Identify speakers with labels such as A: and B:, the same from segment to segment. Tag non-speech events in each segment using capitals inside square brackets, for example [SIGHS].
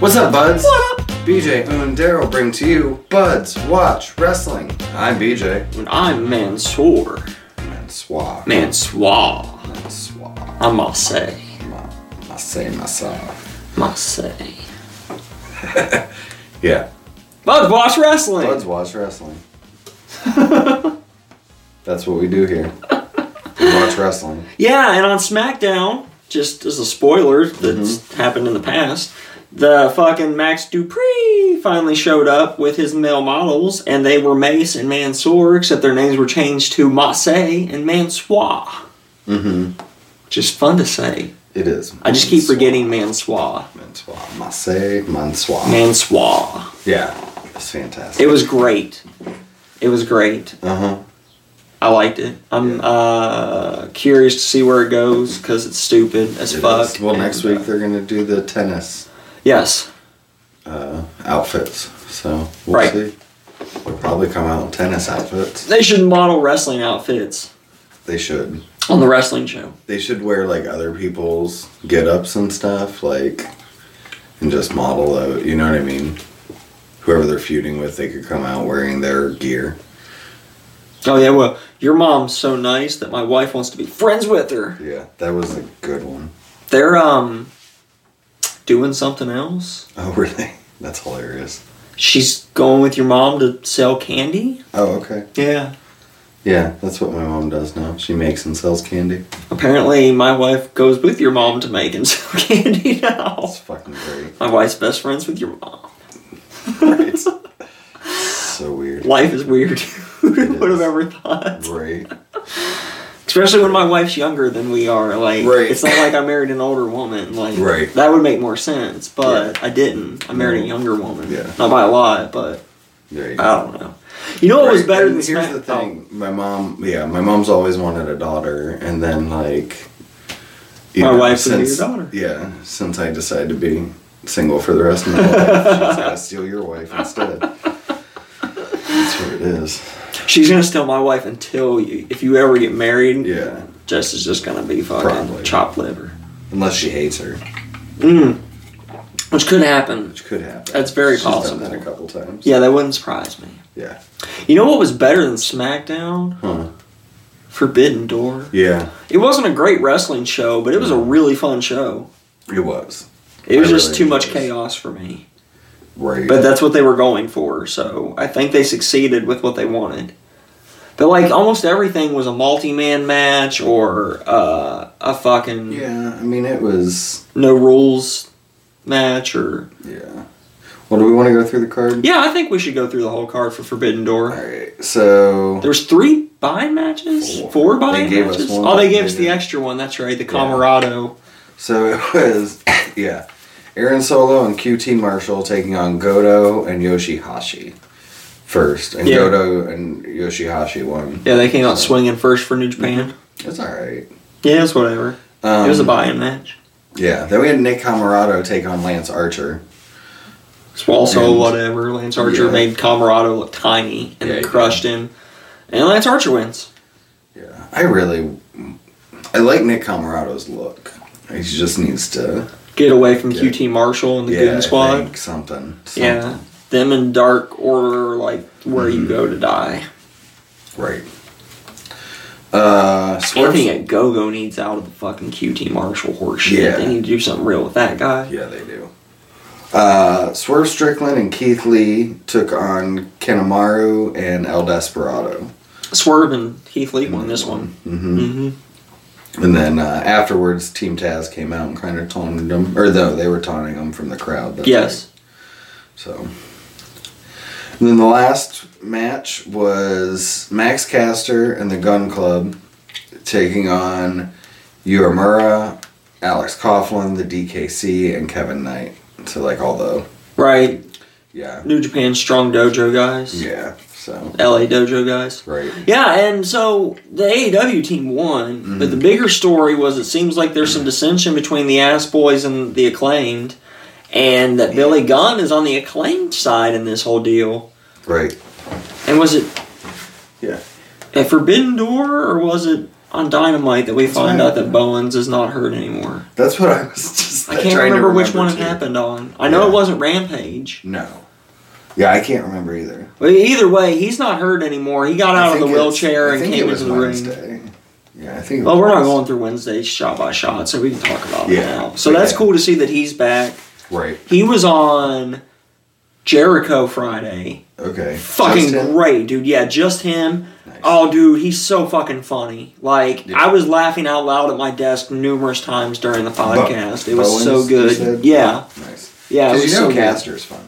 A: What's up, buds? What up? BJ and Daryl bring to you Buds Watch Wrestling. I'm BJ.
B: And I'm Mansoor.
A: Mansoir.
B: Mansoir.
A: Mansoir.
B: I must say.
A: Ma- I say myself.
B: Must say.
A: Yeah.
B: Bud Watch Wrestling!
A: Buds Watch
B: [LAUGHS]
A: Wrestling. That's what we do here. We watch wrestling.
B: Yeah, and on SmackDown, just as a spoiler that's happened in the past, the fucking Max Dupree finally showed up with his male models, and they were Mace and Mansoor, except their names were changed to Masse and Mansoir. Mm-hmm. Which is fun to say.
A: It is.
B: I just keep forgetting Mansoir.
A: Mansoir. Masse Mansoir.
B: Mansoir.
A: Yeah. It's
B: It
A: fantastic.
B: was great. It was great.
A: Uh huh.
B: I liked it. I'm uh, curious to see where it goes because it's stupid as fuck.
A: Well, next
B: And,
A: week they're going to do the tennis.
B: uh, yes.
A: uh, outfits. So we'll
B: Right.
A: see. We'll probably come out in tennis outfits.
B: They should model wrestling outfits
A: They should.
B: on the wrestling show.
A: They should wear like other people's get ups and stuff, like and just model out you know what I mean? Whoever they're feuding with, they could come out wearing their gear.
B: Oh, yeah, well, your mom's so nice that my wife wants to be friends with her.
A: Yeah. That was a good one.
B: They're, um, doing something else.
A: Oh [LAUGHS] really? That's hilarious.
B: She's going with your mom to sell candy?
A: Oh, okay.
B: Yeah.
A: Yeah, that's what my mom does now. She makes and sells candy.
B: Apparently, my wife goes with your mom to make and [LAUGHS] sell candy now.
A: It's fucking great. [LAUGHS]
B: My wife's best friends with your mom.
A: Right? so weird.
B: Life is weird. [LAUGHS] Who
A: It
B: would
A: is.
B: have ever thought?
A: Right.
B: Especially when my wife's younger than we are. Like,
A: Right.
B: it's not like I married an older woman. Like,
A: Right.
B: that would make more sense. But I didn't. I married a
A: No.
B: younger woman.
A: Yeah.
B: Not by a lot, but
A: Right.
B: I don't know. You know what was
A: Right,
B: better
A: and
B: than
A: here's
B: Smack-
A: the thing. My mom, yeah, my mom's always wanted a daughter, and then like, you
B: My wife would be your daughter.
A: Yeah, since I decided to be single for the rest of my life,
B: [LAUGHS]
A: she's gotta steal your wife instead. That's what it is.
B: Oh, she's gonna steal my wife until you, if you ever get married.
A: Yeah,
B: Jess is just gonna be fucking
A: Probably.
B: chopped liver, Mm.
A: unless she hates her,
B: which could happen.
A: which could happen.
B: That's very
A: she's
B: possible.
A: Done that a couple times.
B: Yeah, that wouldn't surprise me.
A: Yeah.
B: You know what was better than SmackDown?
A: Huh.
B: Forbidden Door.
A: Yeah.
B: It wasn't a great wrestling show, but it was a really fun show.
A: It was.
B: It was
A: I
B: just
A: really
B: too much
A: enjoyed it.
B: chaos for me.
A: Right.
B: But that's what they were going for, so I think they succeeded with what they wanted. But like almost everything was a multi-man match or uh, a fucking
A: yeah, I mean, it was.
B: no rules match or
A: Yeah. Well, do we want to go through the card?
B: yeah. I think we should go through the whole card for Forbidden Door.
A: All right. So.
B: There was three buy-in matches,
A: Four.
B: four,
A: They
B: buy-in
A: gave us
B: matches.
A: one.
B: oh, they gave us
A: They
B: the
A: did.
B: extra one. That's right, the Camarado.
A: So [LAUGHS] it was, yeah, Aaron Solo and QT Marshall taking on Goto and Yoshihashi first, and
B: Yeah.
A: Goto and Yoshihashi won.
B: Yeah, they came out swinging first for New Japan.
A: It's all right.
B: Yeah, it's whatever.
A: Mm-hmm. Um,
B: it was a buy-in match.
A: Yeah. Then we had Nick Camarado take on Lance Archer.
B: It's also
A: And-
B: whatever. Lance Archer
A: Yeah.
B: made Camarado look tiny and
A: Yeah, he
B: then crushed him. And Lance Archer wins.
A: Yeah. I really, I like Nick Camarado's look. He just needs to
B: Get away from
A: Yeah.
B: QT Marshall and the
A: yeah,
B: Goon Squad.
A: think something, something.
B: yeah. Them in Dark Order are like where
A: Mm-hmm.
B: you go to die.
A: Right. Uh, Swerve.
B: Anthony at Go-Go needs out of the fucking QT Marshall horse shit.
A: Yeah.
B: They need to do something real with that guy.
A: Yeah, they do. Uh, Swerve Strickland and Keith Lee took on Kanemaru and El Desperado.
B: Swerve and Heath Lee won this one.
A: hmm
B: hmm
A: And then uh, afterwards, Team Taz came out and kind of taunted them. Or no, they were taunting them from the crowd. that's
B: Yes.
A: right. So. And then the last match was Max Caster and the Gun Club taking on Uemura, Alex Coughlin, the DKC, and Kevin Knight. So, like, all the.
B: Right.
A: Yeah.
B: New Japan Strong Dojo guys.
A: Yeah. So.
B: LA Dojo guys.
A: Right.
B: Yeah, and so the AEW team won,
A: Mm-hmm.
B: but the bigger story was it seems like there's some dissension between the Ass Boys and the Acclaimed, and that Billy Gunn is on the Acclaimed side in this whole deal.
A: Right.
B: And was it
A: Yeah.
B: a Forbidden Door or was it on Dynamite that we find
A: right.
B: out that Bowens is not hurt anymore.
A: That's what I was just.
B: I can't
A: trying
B: remember,
A: to
B: which one it
A: too.
B: happened on. I know
A: Yeah.
B: it wasn't Rampage.
A: No. Yeah, I can't remember either.
B: But either way, he's not hurt anymore. He got
A: I
B: out of the
A: think it's-
B: wheelchair
A: I
B: and
A: think
B: came
A: it was
B: into the ring.
A: Wednesday. Yeah, I think. it
B: Well,
A: was
B: we're not
A: Wednesday.
B: going through Wednesday's shot by shot, so we can talk about it
A: Yeah.
B: now. So that's
A: Yeah.
B: cool to see that he's back.
A: Right.
B: He was on Jericho Friday.
A: Okay.
B: Fucking
A: Just him?
B: great, dude. Yeah, just him.
A: Nice.
B: Oh, dude, he's so fucking funny. Like,
A: Yeah.
B: I was laughing out loud at my desk numerous times during the
A: Bo-
B: podcast. it was
A: Bowens,
B: so
A: you
B: good.
A: said?
B: Yeah.
A: Nice.
B: Yeah, it
A: 'Cause
B: was
A: you know
B: so good.
A: Caster's funny.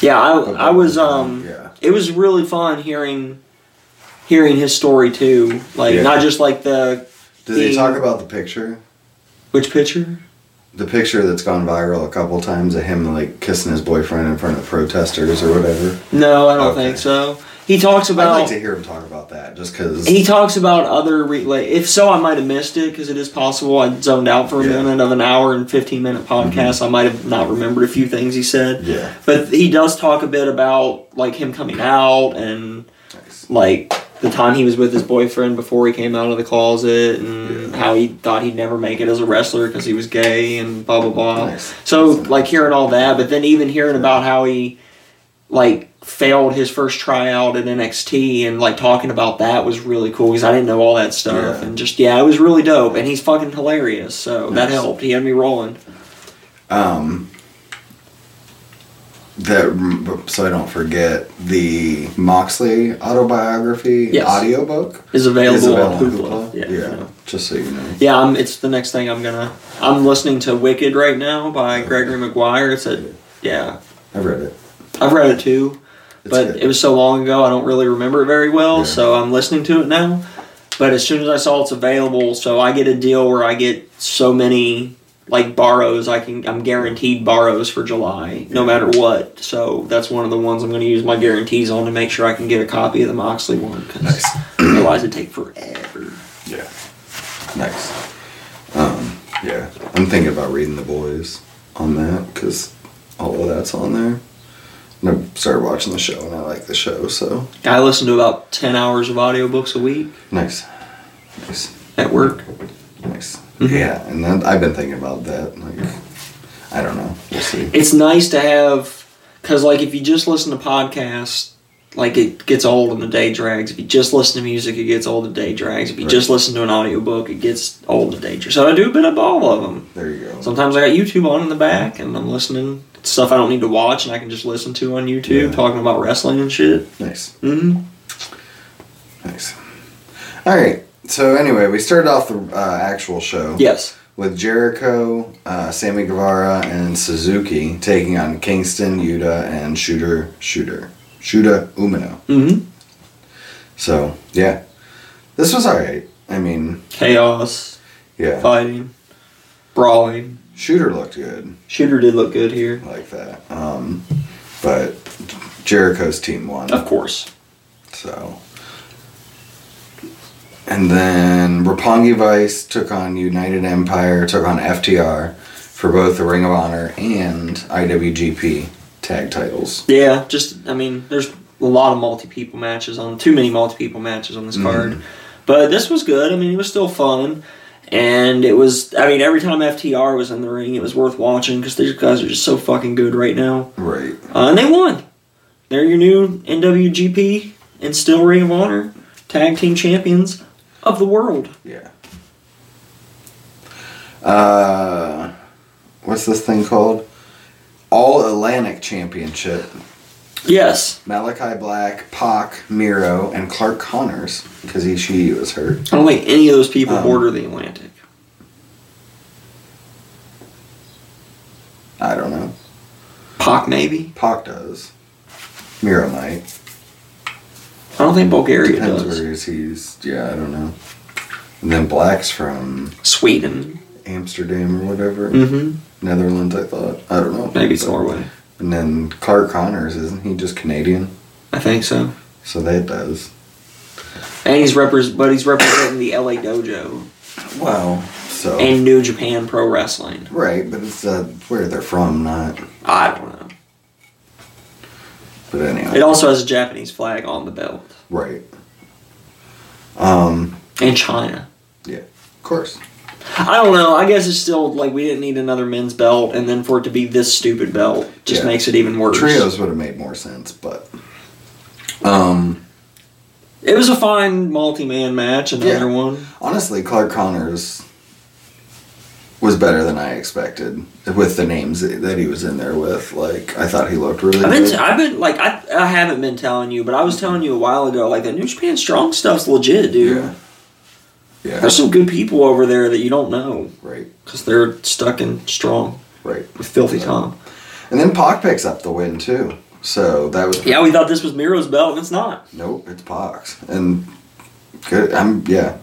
B: Yeah,
A: But
B: I, I was um
A: yeah.
B: it was really fun hearing hearing his story too. Like
A: Yeah.
B: not just like the
A: Did they
B: the-
A: talk about the picture?
B: which picture?
A: The picture that's gone viral a couple times of him like kissing his boyfriend in front of protesters or whatever.
B: No, I don't
A: Okay.
B: think so. He talks
A: I'd
B: about
A: like to hear him talk about that just because.
B: he talks about other re- like if so I might have missed it because it is possible I zoned out for a
A: Yeah. Mm-hmm.
B: minute of an hour and 15 minute podcast. I might have not remembered a few things he said.
A: Yeah.
B: But he does talk a bit about like him coming out and
A: Nice.
B: like the time he was with his boyfriend before he came out of the closet and how he thought he'd never make it as a wrestler because he was gay and blah blah blah
A: Nice.
B: so like hearing all that but then even hearing about how he like failed his first tryout at nxt and like talking about that was really cool because i didn't know all that stuff
A: Yeah.
B: and just yeah it was really dope and he's fucking hilarious so that
A: Nice.
B: helped he had me rolling
A: Um. That so I don't forget the Moxley autobiography
B: Yes.
A: audiobook
B: is available,
A: is available
B: on
A: on
B: hoopla,
A: Hoopla. Yeah,
B: yeah, you know.
A: just so you know.
B: Yeah, I'm, it's the next thing I'm gonna. I'm listening to Wicked right now by Gregory Maguire. It's a yeah.
A: I've read it.
B: I've read it too,
A: It's
B: but
A: good.
B: it was so long ago I don't really remember it very well.
A: Yeah.
B: So I'm listening to it now. But as soon as I saw it's available, so I get a deal where I get so many like borrows. I can I'm guaranteed borrows for July, no matter what. So that's one of the ones I'm gonna use my guarantees on to make sure I can get a copy of the Moxley one because
A: Nice.
B: otherwise it'd take forever.
A: Yeah. Nice. Um, yeah, I'm thinking about reading the boys on that because all of that's on there. And I started watching the show and I like the show, so
B: I listen to about ten hours of audiobooks a week.
A: nice, nice,
B: at work.
A: nice.
B: Mm-hmm.
A: Yeah, and then I've been thinking about that. Like, I don't know. We'll see.
B: It's nice to have, because like if you just listen to podcasts, like it gets old and the day drags. If you just listen to music, it gets old, the day drags. If you
A: Right.
B: just listen to an audiobook, it gets old, the day drags. So I do a bit of all of them.
A: There you go.
B: Sometimes I got YouTube on in the back and I'm listening to stuff I don't need to watch and I can just listen to on YouTube
A: Yeah.
B: talking about wrestling and shit.
A: Nice,
B: Mm-hmm.
A: nice. All right. So anyway, we started off the uh, actual show.
B: Yes.
A: with Jericho, uh, Sammy Guevara, and Suzuki taking on Kingston, Yuta, and Shooter Shooter Shooter Umino.
B: Mm-hmm.
A: So yeah, this was all right. I mean,
B: Chaos,
A: yeah,
B: fighting, brawling.
A: Shooter looked good
B: Shooter did look good here.
A: like that. Um, but Jericho's team won.
B: Of course.
A: So. And then Rapongi Vice took on United Empire, took on FTR for both the Ring of Honor and IWGP tag titles.
B: Yeah, just I mean, there's a lot of multi people matches on too many multi people matches on this
A: Mm-hmm.
B: card, but this was good. I mean, it was still fun, and it was. I mean, every time FTR was in the ring, it was worth watching because these guys are just so fucking good right now,
A: Right.
B: uh, and they won. They're your new NWGP and still Ring of Honor tag team champions of the world.
A: Yeah. Uh, what's this thing called? All Atlantic Championship.
B: Yes,
A: Malachi Black, Pac, Miro, and Clark Connors, because he, she was hurt.
B: I don't think any of those people
A: Um,
B: border the Atlantic.
A: I don't know.
B: Pac maybe.
A: Pac does. Miro might.
B: I don't think Bulgaria
A: Depends
B: does.
A: where he's, he's. Yeah, I don't know. And then Black's from
B: Sweden.
A: Amsterdam or whatever.
B: Mm-hmm.
A: Netherlands, I thought. I don't know.
B: Maybe it's
A: But-
B: Norway.
A: And then Clark Connors, isn't he just Canadian?
B: I think so.
A: So that does.
B: And he's repres but he's representing the LA Dojo
A: Well, so.
B: and New Japan Pro Wrestling.
A: right, but it's uh, where they're from, not.
B: I don't know.
A: But anyway.
B: It also has a Japanese flag on the belt
A: right. Um,
B: and China.
A: Yeah, of course.
B: I don't know. I guess it's still like we didn't need another men's belt, and then for it to be this stupid belt just
A: Yeah.
B: makes it even worse.
A: Trios would have made more sense, but um,
B: It was a fine multi-man match. Another
A: Yeah.
B: one.
A: honestly, Clark Connors was better than I expected with the names that he was in there with. Like, I thought he looked really
B: I've
A: good.
B: been, I've been like, I, I haven't been telling you, but I was telling you a while ago. Like the New Japan Strong stuff's legit, dude.
A: yeah, yeah,
B: There's some good people over there that you don't know
A: right,
B: because they're stuck in Strong
A: right.
B: with Filthy Tom.
A: And then Pac picks up the win too. So that was
B: Yeah, we thought this was Miro's belt, and it's not.
A: Nope, it's Pox. And good I'm yeah.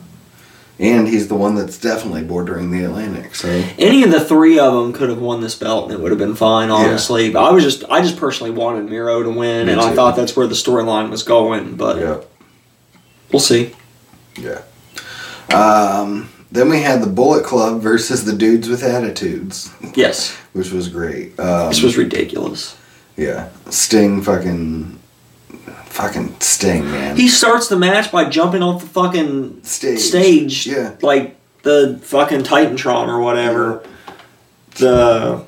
A: And he's the one that's definitely bordering the Atlantic, so
B: Any of the three of them could have won this belt, and it would have been fine, honestly. But I was just, I just personally wanted Miro to win,
A: Me
B: and I
A: too.
B: thought that's where the storyline was going. But
A: yeah.
B: we'll see.
A: Yeah. Um then we had the Bullet Club versus the Dudes with Attitudes,
B: Yes,
A: which was great. Um,
B: this was ridiculous.
A: yeah, Sting fucking, fucking Sting man.
B: He starts the match by jumping off the fucking
A: Stage.
B: stage,
A: Yeah.
B: like the fucking Titantron or whatever. The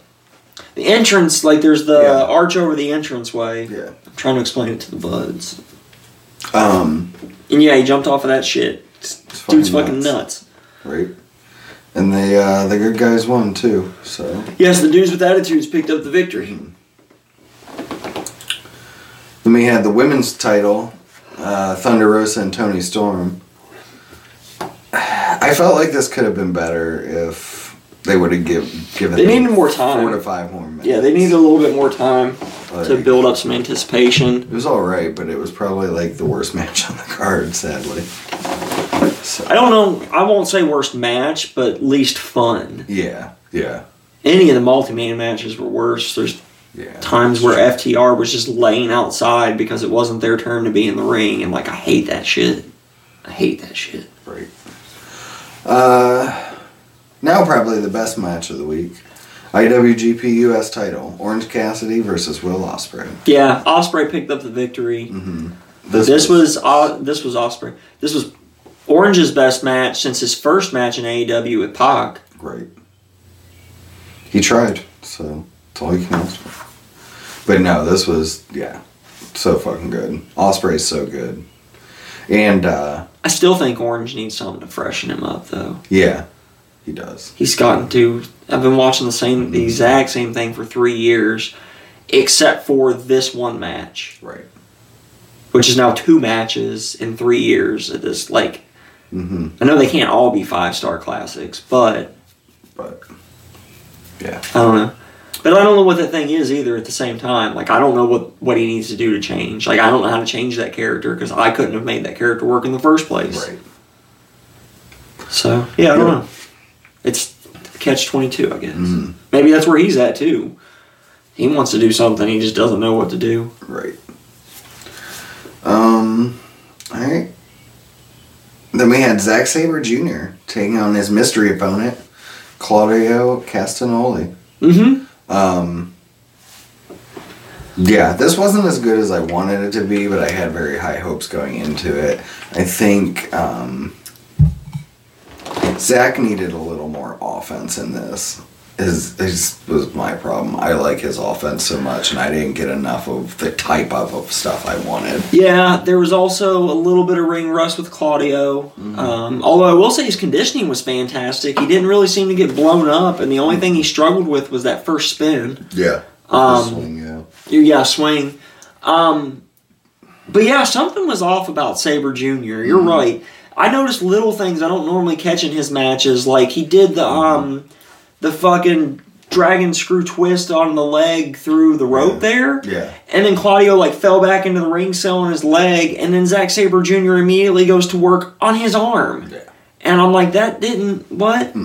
B: the entrance, like there's the
A: Yeah.
B: arch over the entrance way.
A: Yeah.
B: I'm trying to explain it to the buds.
A: Um,
B: And yeah, he jumped off of that shit. Dude's
A: fucking
B: fucking
A: nuts.
B: nuts.
A: right. And the uh, the good guys won too. So
B: Yes, the dudes with attitudes picked up the victory.
A: Then we had the women's title, uh, Thunder Rosa and Tony Storm. [SIGHS] I felt like this could have been better if they would have give, given.
B: They
A: them
B: needed more time.
A: Four to five more minutes.
B: Yeah, they needed a little bit more time to
A: Like-
B: build up some anticipation.
A: It was all right, but it was probably like the worst [LAUGHS] match on the card, sadly.
B: I don't know. I won't say worst match, but least fun.
A: Yeah, yeah,
B: Any of the multi-man matches were worse. There's
A: yeah.
B: times where FTR was just laying outside because it wasn't their turn to be in the ring, and like I hate that shit. I hate that shit.
A: Right. Uh, now probably the best match of the week. IWGP US title, Orange Cassidy versus Will Ospreay.
B: Yeah, Osprey picked up the victory.
A: Mm-hmm. This,
B: This was uh, this was Osprey. This was Orange's best match since his first match in AEW with Pac.
A: Great. He tried, so it's all you can ask for. But no, this was yeah, so fucking good. Osprey's so good, and uh,
B: I still think Orange needs something to freshen him up though.
A: yeah, he does.
B: He's gotten to. I've been watching the same the exact same thing for three years, except for this one match.
A: Right.
B: which is now two matches in three years at this like
A: Mhm.
B: i know they can't all be five star classics but
A: But yeah,
B: i don't know but i don't know what that thing is either at the same time like i don't know what what he needs to do to change like i don't know how to change that character because i couldn't have made that character work in the first place
A: right.
B: so yeah Hmm. i don't
A: Yeah.
B: know it's catch 22 i guess maybe that's where he's at too he wants to do something he just doesn't know what to do
A: Right. Um. All right. Then we had Zack Saber Jr. taking on his mystery opponent, Claudio Castagnoli.
B: mm-hmm
A: Um. Yeah, this wasn't as good as I wanted it to be, but I had very high hopes going into it. I think um, Zach needed a little more offense in this. His, his was my problem. I like his offense so much, and I didn't get enough of the type of, of stuff I wanted.
B: Yeah, there was also a little bit of ring rust with Claudio. Um, although I will say his conditioning was fantastic. He didn't really seem to get blown up, and the only thing he struggled with was that first spin.
A: Yeah.
B: Um,
A: Swing, yeah.
B: You- Yeah, swing. Um, but yeah, something was off about Saber Jr. You're
A: Mm-hmm.
B: right. I noticed little things I don't normally catch in his matches. Like he did the
A: Mm-hmm.
B: um, the fucking dragon screw twist on the leg through the rope there.
A: Yeah.
B: And then Claudio like fell back into the ring cell on his leg, and then Zack Saber Jr. immediately goes to work on his arm.
A: Yeah.
B: And I'm like, that didn't what?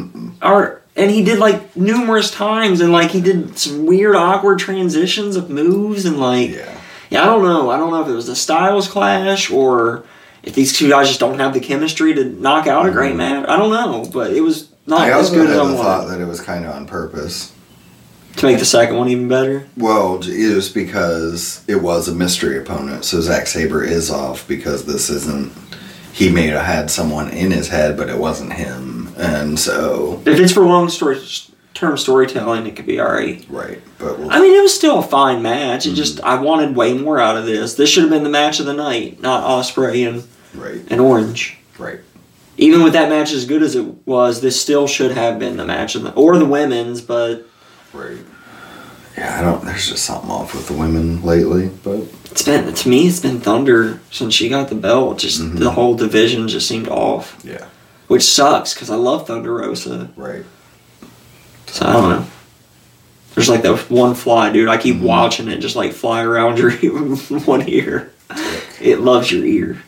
B: Or and he did like numerous times, and like he did some weird, awkward transitions of moves, and like,
A: Yeah.
B: yeah, I don't know, I don't know if it was the styles clash or if these two guys just don't have the chemistry to knock out a great match. I don't know, but it was not
A: I
B: as
A: also
B: good as
A: had
B: Mm-hmm. I
A: the thought
B: wanted
A: that it was kind of on purpose.
B: to make the second one even better.
A: Well, it was because it was a mystery opponent, so Zack Saber is off because this isn't he may have had someone in his head, but it wasn't him. And so,
B: If it's for long story term storytelling, it could be alright.
A: right. But we'll,
B: I mean, it was still a fine match. It just I wanted way more out of this. This should have been the match of the night, not Osprey and,
A: right,
B: and Orange.
A: right.
B: Even with that match as good as it was, this still should have been the match of the or the women's, but
A: Right. Yeah, I don't. There's just something off with the women lately, but
B: it's been to me it's been Thunder since she got the belt. Just the whole division just seemed off,
A: yeah,
B: which sucks because I love Thunder Rosa.
A: right.
B: So I don't know. There's like that one fly, dude. I keep watching it just like fly around your [LAUGHS] one ear. It loves your ear.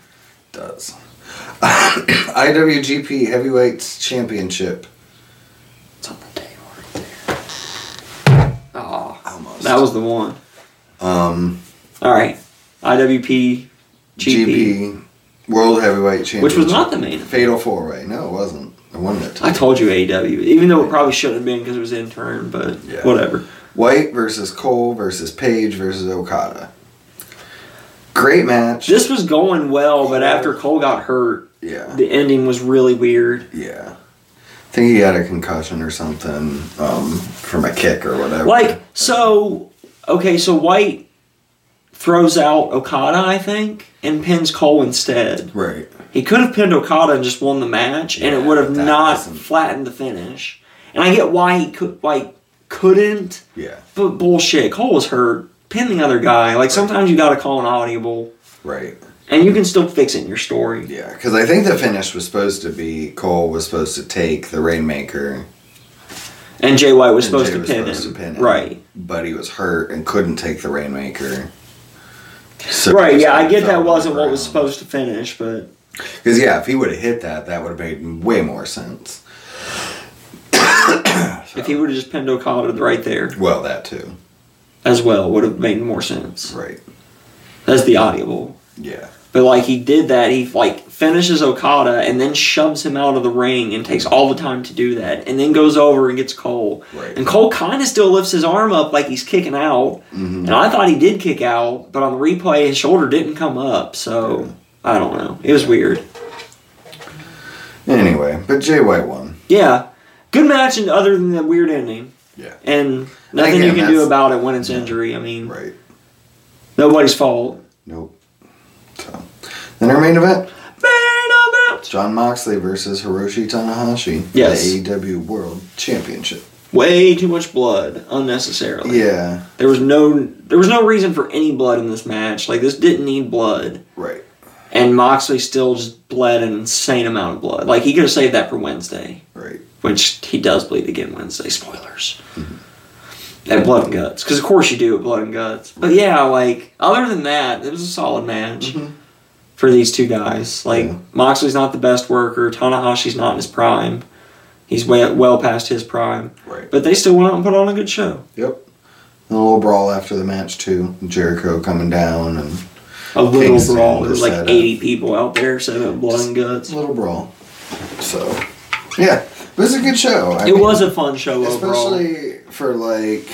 A: Does [COUGHS] IWGP Heavyweights Championship
B: It's on the table right there. Oh,
A: almost
B: that was the one.
A: um
B: All right, IWP GP,
A: GP World Heavyweight Championship,
B: which was not the main. event.
A: fatal four way. No, it wasn't. I won it.
B: I told you AEW, even though it probably shouldn't have been because it was intern, but
A: Yeah.
B: whatever.
A: White versus Cole versus Page versus Okada. Great match.
B: This was going well, but after Cole got hurt,
A: yeah,
B: the ending was really weird.
A: yeah. I think he had a concussion or something um, from a kick or whatever.
B: Like so, okay, so White throws out Okada, I think, and pins Cole instead.
A: right.
B: He could have pinned Okada and just won the match, and it
A: Yeah,
B: would have
A: that
B: not
A: doesn't-
B: flattened the finish. And I get why he could like couldn't,
A: Yeah.
B: but bullshit. Cole was hurt. Pin the other guy. Like sometimes you gotta call an audible,
A: Right.
B: and you can still fix it in your story.
A: Yeah, because I think the finish was supposed to be Cole was supposed to take the Rainmaker.
B: And Jay White was
A: and
B: supposed,
A: Jay
B: to,
A: was
B: pin
A: supposed
B: him.
A: to pin
B: Right,
A: But he was hurt and couldn't take the Rainmaker. So
B: right. Yeah, I get that wasn't what was supposed to finish, but
A: Because yeah, if he would have hit that, that would have made way more sense.
B: if he would have just pinned Okada right there
A: Well, that too.
B: as well, would have made more sense.
A: Right.
B: That's the audible.
A: Yeah.
B: But like he did that, he like finishes Okada and then shoves him out of the ring and takes all the time to do that, and then goes over and gets Cole.
A: Right.
B: And Cole kind of still lifts his arm up like he's kicking out,
A: Mm-hmm.
B: and I thought he did kick out, but on the replay his shoulder didn't come up, so I don't know. It was weird.
A: Anyway, but Jay White won.
B: Yeah, good match, and other than the weird ending,
A: Yeah.
B: and nothing
A: Again,
B: you can do
A: that's-
B: about it when it's injury. I mean,
A: Right.
B: nobody's fault.
A: Nope. So then our main event:
B: Main event.
A: John Moxley versus Hiroshi Tanahashi. for
B: Yes.
A: The AEW World Championship.
B: Way too much blood unnecessarily.
A: Yeah.
B: There was no there was no reason for any blood in this match. Like this didn't need blood.
A: Right.
B: And Moxley still just bled an insane amount of blood. Like he could have saved that for Wednesday,
A: Right.
B: which he does bleed again Wednesday. Spoilers.
A: Mm-hmm.
B: And blood and guts, because of course you do with blood and guts. But yeah, like other than that, it was a solid match for these two guys. Like
A: Mm-hmm. Yeah.
B: Moxley's not the best worker. Tanahashi's not in his prime. He's way, well past his prime.
A: Right.
B: But they still went out and put on a good show.
A: Yep. And a little brawl after the match too. Jericho coming down and
B: a little
A: Kingston
B: brawl.
A: was
B: There's like
A: set up.
B: 80 people out there, so blood and
A: it's
B: guts.
A: a little brawl. So yeah, it was a good show. I
B: It
A: mean,
B: was a fun show overall.
A: especially for like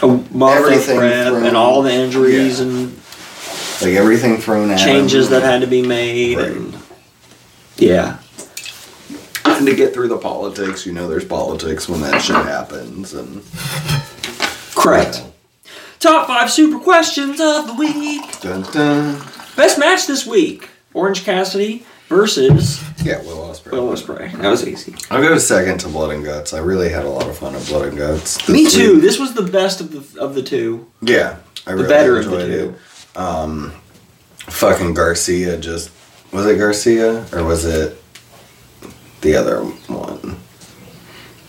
B: A month of
A: everything
B: prep
A: from-
B: and all the injuries
A: yeah.
B: and
A: like everything thrown at
B: changes
A: him.
B: that had to be made.
A: Right.
B: And yeah,
A: and to get through the politics. You know, there's politics when that shit happens, and
B: correct. Top five super questions of the week.
A: dun dun.
B: Best match this week: Orange Cassidy versus
A: Yeah, Will Osprey.
B: Will Ospreay. That was easy.
A: I'll go second to Blood and Guts. I really had a lot of fun at Blood and Guts. this
B: Me too.
A: week.
B: This was the best of the of the two.
A: Yeah, I
B: The
A: really
B: better of
A: enjoyed
B: the
A: it.
B: two.
A: fucking Garcia just was it Garcia or was it the other one?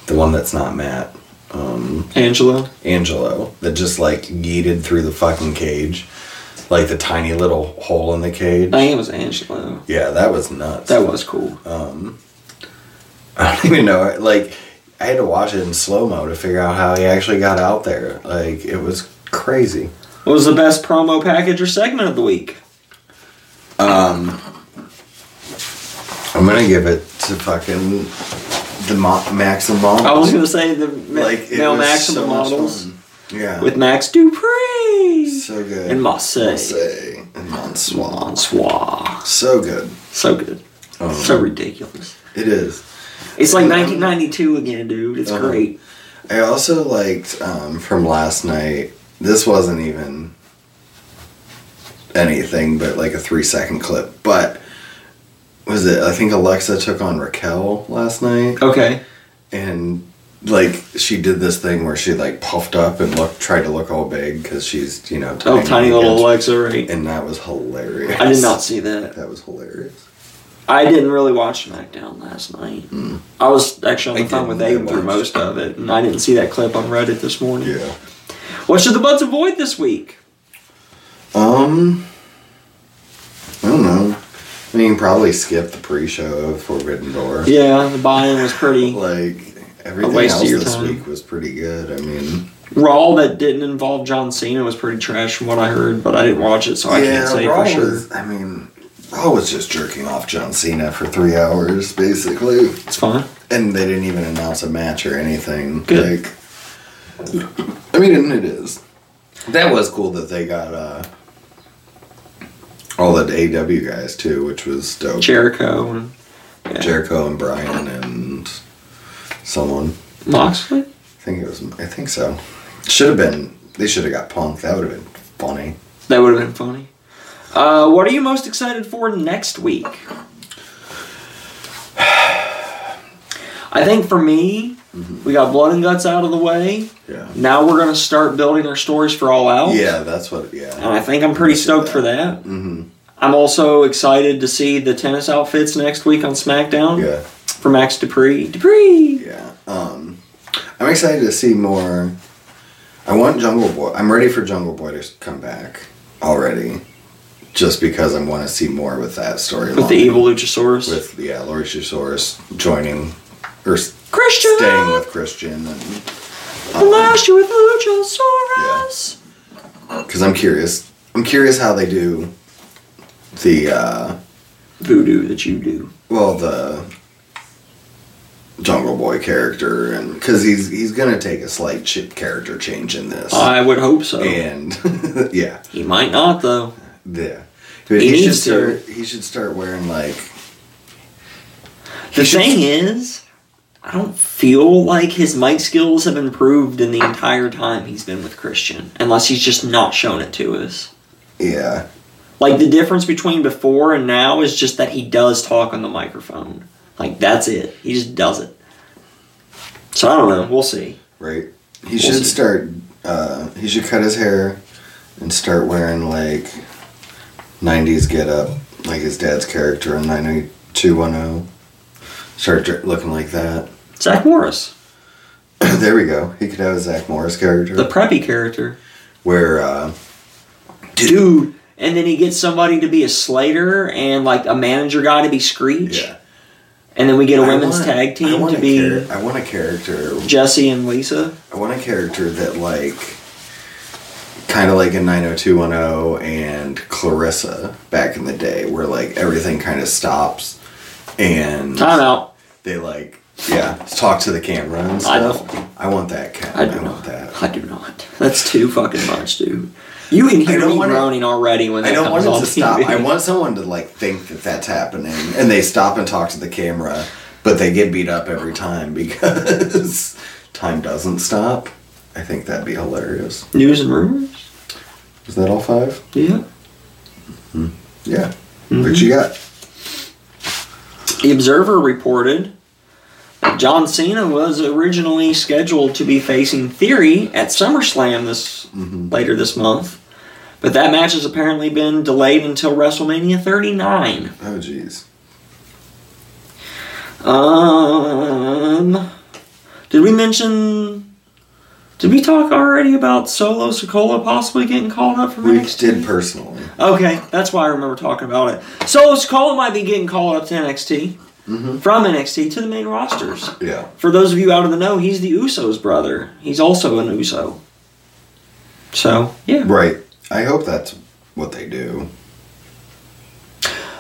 A: The one that's not Matt. Um,
B: Angelo.
A: Angelo that just like yeeted through the fucking cage. Like the tiny little hole in the cage.
B: I think it was Angelo.
A: yeah, that was nuts. [LAUGHS]
B: That was cool.
A: I don't even know. Like I had to watch it in slow mo to figure out how he actually got out there. Like it was crazy.
B: What was the best promo package or segment of the week?
A: I'm gonna give it to fucking the Mo- Max and Mom.
B: I was gonna say the ma- male Max and the models
A: Fun. Yeah.
B: with Max Dupree
A: so good.
B: and Mosse.
A: Say. And Bonsoir.
B: Bonsoir.
A: So good.
B: So good.
A: Um,
B: So ridiculous.
A: It is.
B: It's like 1992 again, dude. It's
A: Uh-huh.
B: great.
A: I also liked um, from last night. This wasn't even anything, but like a three second clip. But was it? I think Alexa took on Raquel last night,
B: Okay.
A: and like she did this thing where she like puffed up and looked, tried to look all big because she's you know
B: Oh, tiny little
A: and,
B: Alexa, right?
A: and that was hilarious.
B: I did not see that.
A: That was hilarious.
B: I didn't really watch SmackDown last night. I was actually on
A: Hmm. I
B: the phone with
A: didn't
B: Abe through
A: watch.
B: most of it, and I didn't see that clip on Reddit this morning.
A: Yeah.
B: What should the Buds avoid this week?
A: Um, I don't know. I mean, probably skip the pre-show of Forbidden Door.
B: Yeah, the buy-in was pretty
A: Like everything
B: waste of
A: else
B: your
A: this
B: time.
A: week was pretty good. I mean,
B: Raw that didn't involve John Cena was pretty trash from what I heard, but I didn't watch it, so I can't say
A: Raw
B: for sure.
A: was. I mean, Raw was just jerking off John Cena for three hours basically,
B: It's fine.
A: and they didn't even announce a match or anything.
B: Good.
A: Like, I mean, and it is. That was cool that they got uh, all the AW guys too, which was dope.
B: Jericho and yeah.
A: Jericho and Brian and someone.
B: Moxley.
A: I think it was. I think so. Should have been. They should have got Punk. That would have been funny.
B: That would have been funny. Uh, what are you most excited for next week? [SIGHS] I think for me,
A: Mm-hmm.
B: we got Blood and Guts out of the way.
A: Yeah.
B: Now we're gonna start building our stories for All Out.
A: Yeah, that's what. Yeah.
B: And I think I'm pretty stoked for that.
A: Mhm.
B: I'm also excited to see the tennis outfits next week on SmackDown
A: Yeah.
B: for Max Dupree. Dupree.
A: Yeah. Um, I'm excited to see more. I want Jungle Boy. I'm ready for Jungle Boy to come back already, just because I want to see more with that storyline.
B: With the evil Luchasaurus.
A: With yeah, Luchasaurus joining or s-
B: Christian.
A: staying with Christian and.
B: Blast you with Luchasaurus.
A: because I'm curious. I'm curious how they do the uh,
B: Voodoo that you do.
A: well the Jungle Boy character, and because he's he's gonna take a slight ch- character change in this,
B: I would hope so.
A: and [LAUGHS] yeah,
B: He might not though.
A: yeah. But
B: He
A: he, should
B: needs to.
A: start. He should start wearing like.
B: The
A: he should-
B: thing is, I don't feel like his mic skills have improved in the entire time he's been with Christian, unless he's just not shown it to us.
A: yeah,
B: Like the difference between before and now is just that he does talk on the microphone. Like that's it. He just does it. So I don't know. We'll see.
A: right. He should
B: see.
A: start. Uh, he should cut his hair, and start wearing like '90s get up, like his dad's character in '90210. Start dr- looking like that. [CLEARS THROAT]
B: Zach Morris,
A: there we go. He could have a Zach Morris character
B: the preppy character.
A: where uh,
B: dude. And then he gets somebody to be a Slater and like a manager guy to be Screech.
A: yeah,
B: And then we get a
A: I
B: women's
A: want-
B: tag
A: I
B: team
A: want
B: to
A: a
B: be
A: char- I want a character.
B: Jesse and Lisa.
A: I want a character that like. Kind of like oh in 90210 and Clarissa back in the day, where like everything kind of stops and
B: Timeout.
A: they like yeah talk to the camera and
B: I know.
A: stuff. I, want that cat.
B: I
A: I,
B: do
A: want
B: not.
A: that.
B: I do not. That's too fucking much, dude. You can hear
A: don't
B: me
A: want it-
B: groaning already when that
A: I don't want
B: comes
A: it
B: on
A: to stop.
B: TV.
A: I want someone to like think that that's happening, and they stop and talk to the camera, but they get beat up every time [LAUGHS] because time doesn't stop. I think that'd be hilarious.
B: News and rumors.
A: Is that all five?
B: Yeah.
A: Yeah. What you got?
B: The Observer reported that John Cena was originally scheduled to be facing Theory at SummerSlam this
A: Mm-hmm.
B: later this month, but that match has apparently been delayed until WrestleMania 39.
A: Oh jeez.
B: Um, did we mention? Did we talk already about Solo Sokola possibly getting called up for
A: We
B: NXT?
A: did personally.
B: Okay, that's why I remember talking about it. Solo Sokola might be getting called up to NXT
A: Mm-hmm.
B: from NXT to the main rosters.
A: Yeah.
B: For those of you out of the know, he's the Usos' brother. He's also an Uso. So yeah.
A: Right. I hope that's what they do.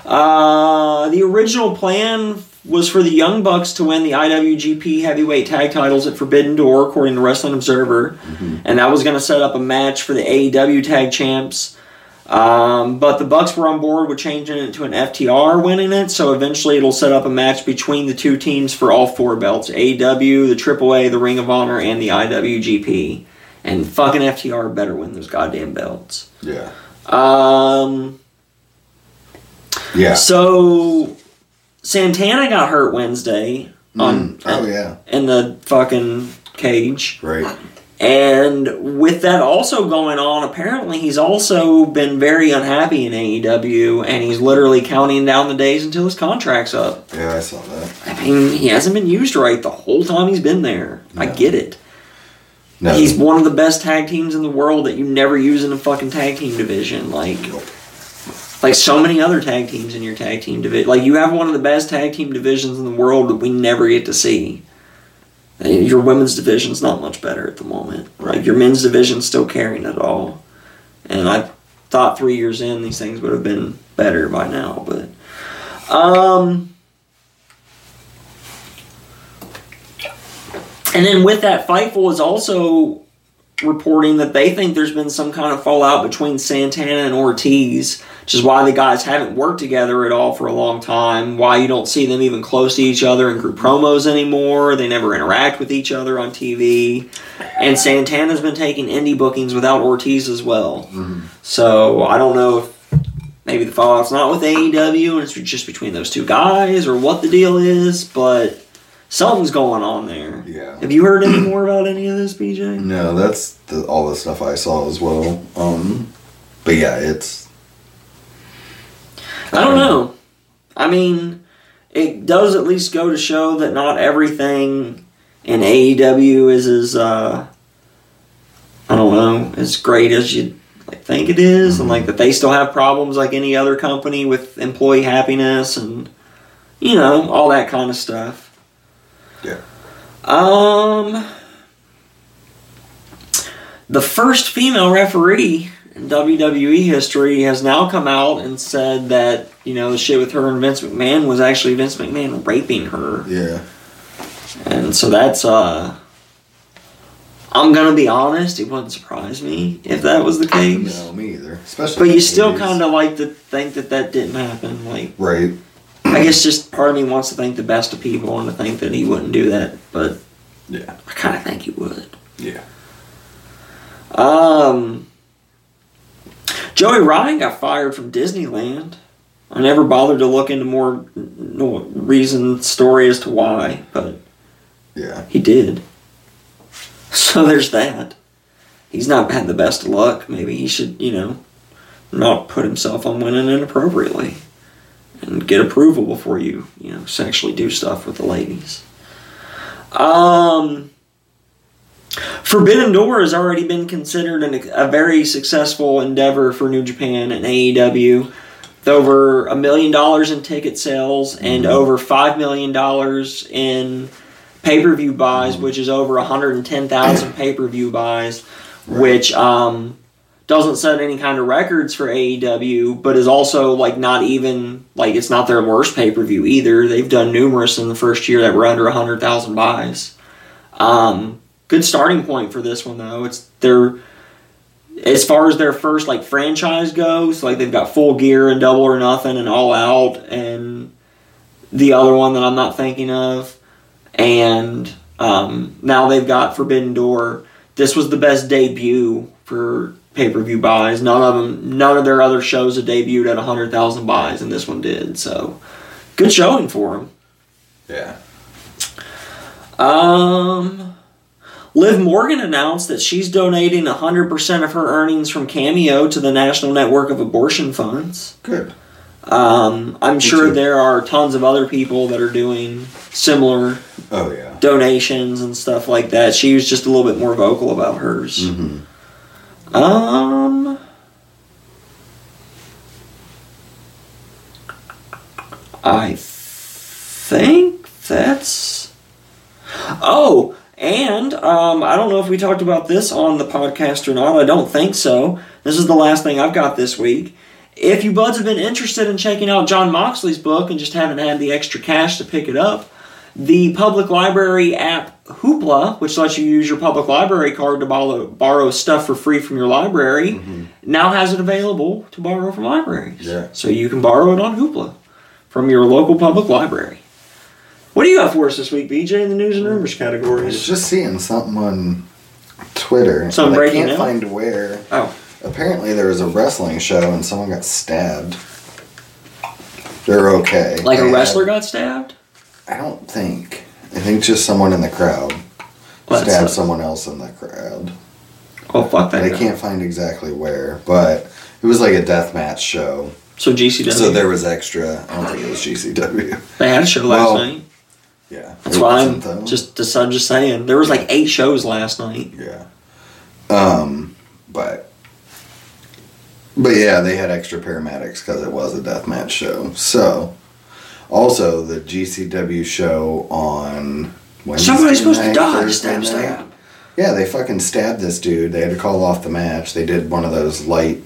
B: Uh, the original plan was for the Young Bucks to win the IWGP Heavyweight Tag Titles at Forbidden Door, according to Wrestling Observer, and that was going to set up a match for the AEW Tag E Champs. Um, but the Bucks were on board with changing it to an FTR winning it, so eventually it'll set up a match between the two teams for all four belts: AW, the AAA, the Ring of Honor, and the IWGP. And fucking FTR better win those goddamn belts.
A: Yeah.
B: Um,
A: Yeah. [CLEARS THROAT]
B: so Santana got hurt Wednesday on
A: Oh yeah.
B: in the fucking cage.
A: Right.
B: And with that also going on, apparently he's also been very unhappy in AEW and he's literally counting down the days until his contract's up.
A: Yeah, I saw that.
B: I mean, he hasn't been used right the whole time he's been there. I get it.
A: No.
B: He's one of the best tag teams in the world that you never use in a fucking tag team division. Like, like so many other tag teams in your tag team division. Like, you have one of the best tag team divisions in the world that we never get to see. And your women's division's not much better at the moment. Like, your men's division's still carrying it all. And I thought three years in, these things would have been better by now. But, um, And then with that, Fightful is also reporting that they think there's been some kind of fallout between Santana and Ortiz, which is why the guys haven't worked together at all for a long time, why you don't see them even close to each other in group promos anymore. They never interact with each other on TV. And Santana's been taking indie bookings without Ortiz as well.
A: Mm-hmm.
B: So I don't know if maybe the fallout's not with AEW and it's just between those two guys or what the deal is, but something's going on there.
A: Yeah.
B: Have you heard any more about any of this, BJ?
A: No, that's the, all the stuff I saw as well. Um, but yeah, it's.
B: I
A: Um,
B: don't know. I mean, it does at least go to show that not everything in AEW is as uh, I don't know as great as you like, think it is, and like that they still have problems like any other company with employee happiness and you know all that kind of stuff.
A: Yeah.
B: Um, the first female referee in WWE history has now come out and said that you know the shit with her and Vince McMahon was actually Vince McMahon raping her,
A: Yeah.
B: and so that's uh. I'm gonna be honest; it wouldn't surprise me if that was the case.
A: No, me either. Especially.
B: But you still kind of like to think that that didn't happen. Like,
A: Right.
B: I guess just part of me wants to think the best of people and to think that he wouldn't do that, but
A: Yeah.
B: I kind of think he would.
A: Yeah.
B: Um, Joey Ryan got fired from Disneyland. I never bothered to look into more no reason story as to why, but
A: Yeah.
B: he did. So there's that. He's not had the best of luck. Maybe he should, you know, not put himself on winning inappropriately and get approval before you, you know, sexually do stuff with the ladies. Um, Forbidden Door has already been considered an, a very successful endeavor for New Japan and AEW. With over a million dollars in ticket sales and over five million dollars in pay per view buys, which is over 110,000 pay per view buys, which um, doesn't set any kind of records for AEW, but is also like not even like it's not their worst pay per view either. They've done numerous in the first year that were under 100,000 buys. Um, good starting point for this one though. It's their as far as their first like franchise goes, like they've got Full Gear and Double or Nothing and All Out and the other one that I'm not thinking of, and um, now they've got Forbidden Door. This was the best debut for pay per view buys. None of them, none of their other shows have debuted at hundred thousand buys, and this one did. So, good showing for them.
A: Yeah.
B: Um, Liv Morgan announced that she's donating 100% of her earnings from Cameo to the National Network of Abortion Funds.
A: Good.
B: Um, I'm sure
A: too.
B: there are tons of other people that are doing similar
A: Oh yeah.
B: donations and stuff like that. She was just a little bit more vocal about hers.
A: Mm-hmm.
B: Um. I think that's. Oh, and um, I don't know if we talked about this on the podcast or not. I don't think so. This is the last thing I've got this week. If you buds have been interested in checking out John Moxley's book and just haven't had the extra cash to pick it up, The public library app Hoopla, which lets you use your public library card to borrow, borrow stuff for free from your library, now has it available to borrow from libraries.
A: Yeah.
B: So you can borrow it on Hoopla from your local public library. What do you have for us this week, BJ, in the news and rumors
A: I was
B: categories?
A: just seeing something on Twitter.
B: Something
A: and I
B: breaking
A: can't
B: news?
A: find where.
B: Oh,
A: Apparently, there was a wrestling show and someone got stabbed. They're okay.
B: like a
A: And
B: wrestler got stabbed?
A: I don't think. I think just someone in the crowd
B: Well, that's
A: stabbed
B: not-
A: someone else in the crowd.
B: Oh, fuck
A: But I
B: that. guy.
A: can't find exactly where, but it was like a death match show.
B: So GCW.
A: So there was extra. I don't think it was GCW.
B: They had a show last
A: Well,
B: night.
A: Yeah.
B: That's
A: It
B: why I'm
A: wasn't, though.
B: just, just I'm just saying there was like eight shows last night.
A: Yeah. Um, but but yeah, they had extra paramedics because it was a deathmatch show. So also the GCW show on Wednesday.
B: Somebody's supposed to
A: night,
B: die.
A: Thursday
B: Stab,
A: night.
B: stab.
A: Yeah, they fucking stabbed this dude. They had to call off the match. They did one of those light